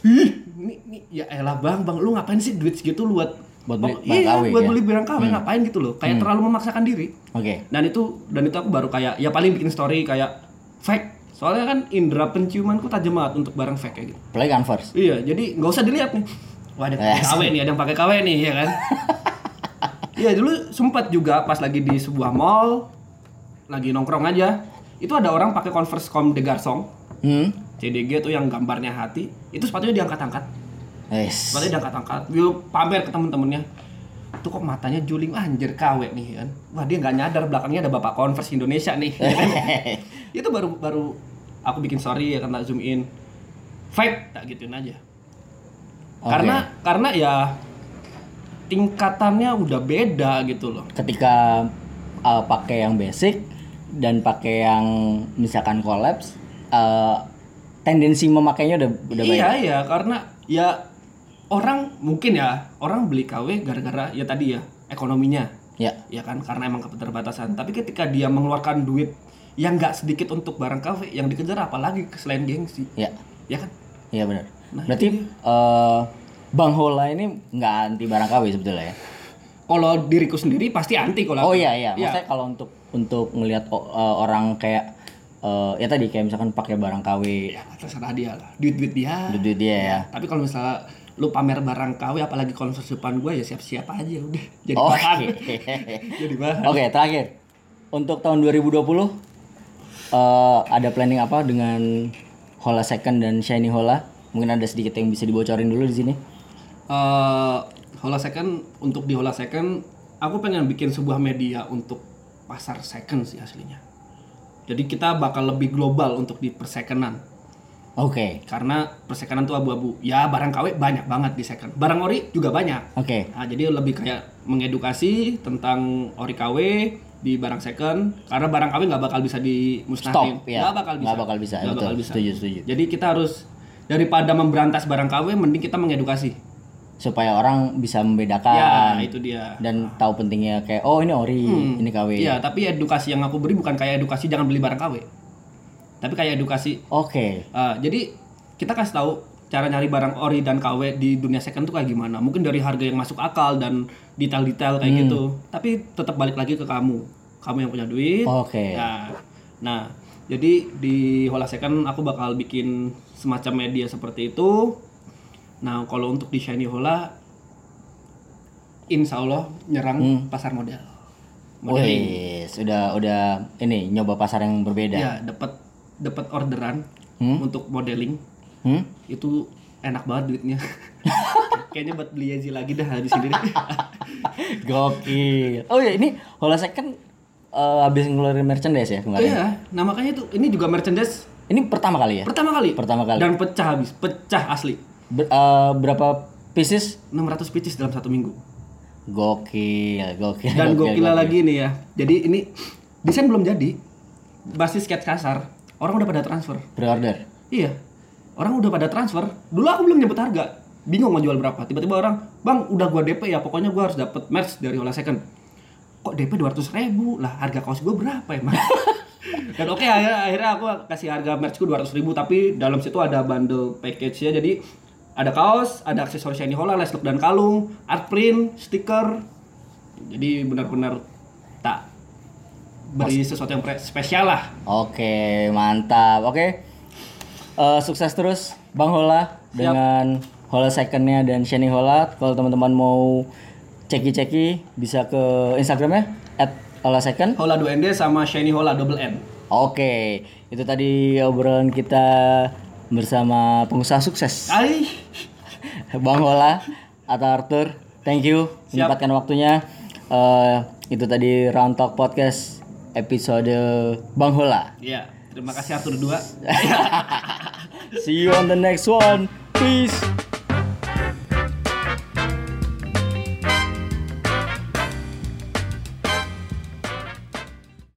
Speaker 2: "Ih, ini, ini ya elah bang bang lu ngapain sih duit segitu lu buat
Speaker 1: Buat beli
Speaker 2: Bang,
Speaker 1: barang
Speaker 2: iya,
Speaker 1: KW, ya?
Speaker 2: buat
Speaker 1: Hmm.
Speaker 2: beli barang KW ngapain gitu loh kayak terlalu memaksakan diri
Speaker 1: oke
Speaker 2: dan itu dan itu aku baru kayak ya paling bikin story kayak fake soalnya kan indera penciumanku tajam banget untuk barang fake kayak gitu
Speaker 1: play kan converse
Speaker 2: Iya, jadi nggak usah dilihat nih. Wah, ada
Speaker 1: Yes.
Speaker 2: KW nih, ada yang pakai KW nih, ya kan? Iya, dulu sempat juga pas lagi di sebuah mall, lagi nongkrong aja, itu ada orang pakai Converse Com de Garçon,
Speaker 1: hmm
Speaker 2: CDG tuh yang gambarnya hati, itu sepatunya diangkat-angkat.
Speaker 1: yes
Speaker 2: Sepatunya diangkat-angkat, dia pamer ke temen-temennya. Itu kok matanya juling, anjir KW nih, ya kan? Wah, dia nggak nyadar belakangnya ada Bapak Converse Indonesia nih, ya kan? itu baru baru aku bikin story ya kan tak zoom in fake tak gituin aja
Speaker 1: Oke.
Speaker 2: karena karena ya tingkatannya udah beda gitu loh
Speaker 1: ketika uh, pakai yang basic dan pakai yang misalkan collapse uh, tendensi memakainya udah udah
Speaker 2: iya
Speaker 1: banyak
Speaker 2: iya karena ya orang mungkin ya orang beli KW gara-gara ya tadi ya ekonominya
Speaker 1: ya
Speaker 2: ya kan karena emang keterbatasan tapi ketika dia mengeluarkan duit yang nggak sedikit untuk barang KW yang dikejar apalagi selain gengsi
Speaker 1: ya
Speaker 2: ya kan
Speaker 1: Iya benar.
Speaker 2: Nah,
Speaker 1: Berarti eh, Bang Hola ini nggak anti barang KW sebetulnya ya.
Speaker 2: kalau diriku sendiri pasti anti kalau
Speaker 1: Oh
Speaker 2: aku.
Speaker 1: iya iya. Maksudnya kalau untuk untuk melihat orang kayak eh, ya tadi kayak misalkan pakai barang KW
Speaker 2: ya terserah dia lah duit duit dia
Speaker 1: duit dia ya.
Speaker 2: tapi kalau misalnya lu pamer barang KW apalagi konversi depan gue ya siap-siap aja udah jadi
Speaker 1: Oke.
Speaker 2: bahan
Speaker 1: iya.
Speaker 2: jadi bahan
Speaker 1: Oke, terakhir. Untuk tahun 2020 eh, ada planning apa dengan Hola Second dan Shiny Hola? Mungkin ada sedikit yang bisa dibocorin dulu di sini.
Speaker 2: Eh, Hola Second untuk di Hola Second aku pengen bikin sebuah media untuk pasar second sih aslinya jadi kita bakal lebih global untuk di persekenan
Speaker 1: Oke.
Speaker 2: karena persekenan tuh abu-abu ya barang KW banyak banget di second barang ori juga banyak
Speaker 1: Oke.
Speaker 2: Nah, jadi lebih kayak mengedukasi tentang ori KW di barang second karena barang KW nggak bakal bisa dimusnahin.
Speaker 1: Stop, ya.
Speaker 2: Nah, iya. Nggak bakal bisa.
Speaker 1: Nggak bakal bisa, Ya,
Speaker 2: Nggak
Speaker 1: betul.
Speaker 2: bakal bisa.
Speaker 1: Setuju, setuju.
Speaker 2: Jadi kita harus daripada memberantas barang KW mending kita mengedukasi.
Speaker 1: Supaya orang bisa membedakan
Speaker 2: Ya, itu dia.
Speaker 1: dan tahu pentingnya kayak oh ini ori, ini KW.
Speaker 2: Iya, tapi edukasi yang aku beri bukan kayak edukasi jangan beli barang KW. Tapi kayak edukasi
Speaker 1: Oke.
Speaker 2: Eh, jadi kita kasih tahu cara nyari barang ori dan KW di dunia second tuh kayak gimana. Mungkin dari harga yang masuk akal dan detail-detail kayak gitu. Tapi tetap balik lagi ke kamu. Kamu yang punya duit.
Speaker 1: Oke.
Speaker 2: Ya. Nah, jadi di Hola Second aku bakal bikin semacam media seperti itu. Nah, kalau untuk di Shiny Hola insya Allah nyerang pasar modal. Modeling.
Speaker 1: Wih, sudah udah ini nyoba pasar yang berbeda.
Speaker 2: Ya, dapat dapat orderan untuk modeling.
Speaker 1: Hmm?
Speaker 2: itu enak banget duitnya kayaknya buat beli Yeezy lagi dah habis ini
Speaker 1: Gokil. Oh ya ini Hola Second eh, habis ngeluarin merchandise ya kemarin.
Speaker 2: iya nah makanya itu ini juga merchandise
Speaker 1: Ini pertama kali ya?
Speaker 2: pertama kali
Speaker 1: Pertama kali.
Speaker 2: dan pecah habis pecah asli
Speaker 1: Ber- eh, berapa pieces?
Speaker 2: 600 pieces dalam satu minggu
Speaker 1: Gokil, gokil.
Speaker 2: dan gokila lagi nih ya jadi ini desain belum jadi basis sketch kasar orang udah pada transfer
Speaker 1: Pre-order.
Speaker 2: iya orang udah pada transfer dulu aku belum nyebut harga bingung mau jual berapa tiba-tiba orang bang udah gua DP ya pokoknya gua harus dapet merch dari Ola Second kok DP 200 ribu lah harga kaos gua berapa emang dan oke akhirnya, akhirnya aku kasih harga merch ku 200 ribu tapi dalam situ ada bundle package nya jadi ada kaos ada aksesoris Shiny Hola les look dan kalung art print stiker jadi benar-benar tak beri sesuatu yang pre- spesial lah
Speaker 1: Oke, mantap. Oke. Eh, sukses terus Bang Hola dengan Hola Secondnya dan Shani Hola. Kalau teman-teman mau ceki-ceki bisa ke ya, Instagramnya @holasecond.
Speaker 2: Hola 2ND sama Shiny Hola double N
Speaker 1: Oke, itu tadi obrolan kita bersama pengusaha sukses
Speaker 2: Aih,
Speaker 1: Bang Hola atau Arthur. Thank you
Speaker 2: Siap.
Speaker 1: menyempatkan waktunya. Eh, itu tadi Round Talk Podcast episode Bang Hola.
Speaker 2: ya terima kasih Arthur 2
Speaker 1: See you on the next one. Peace.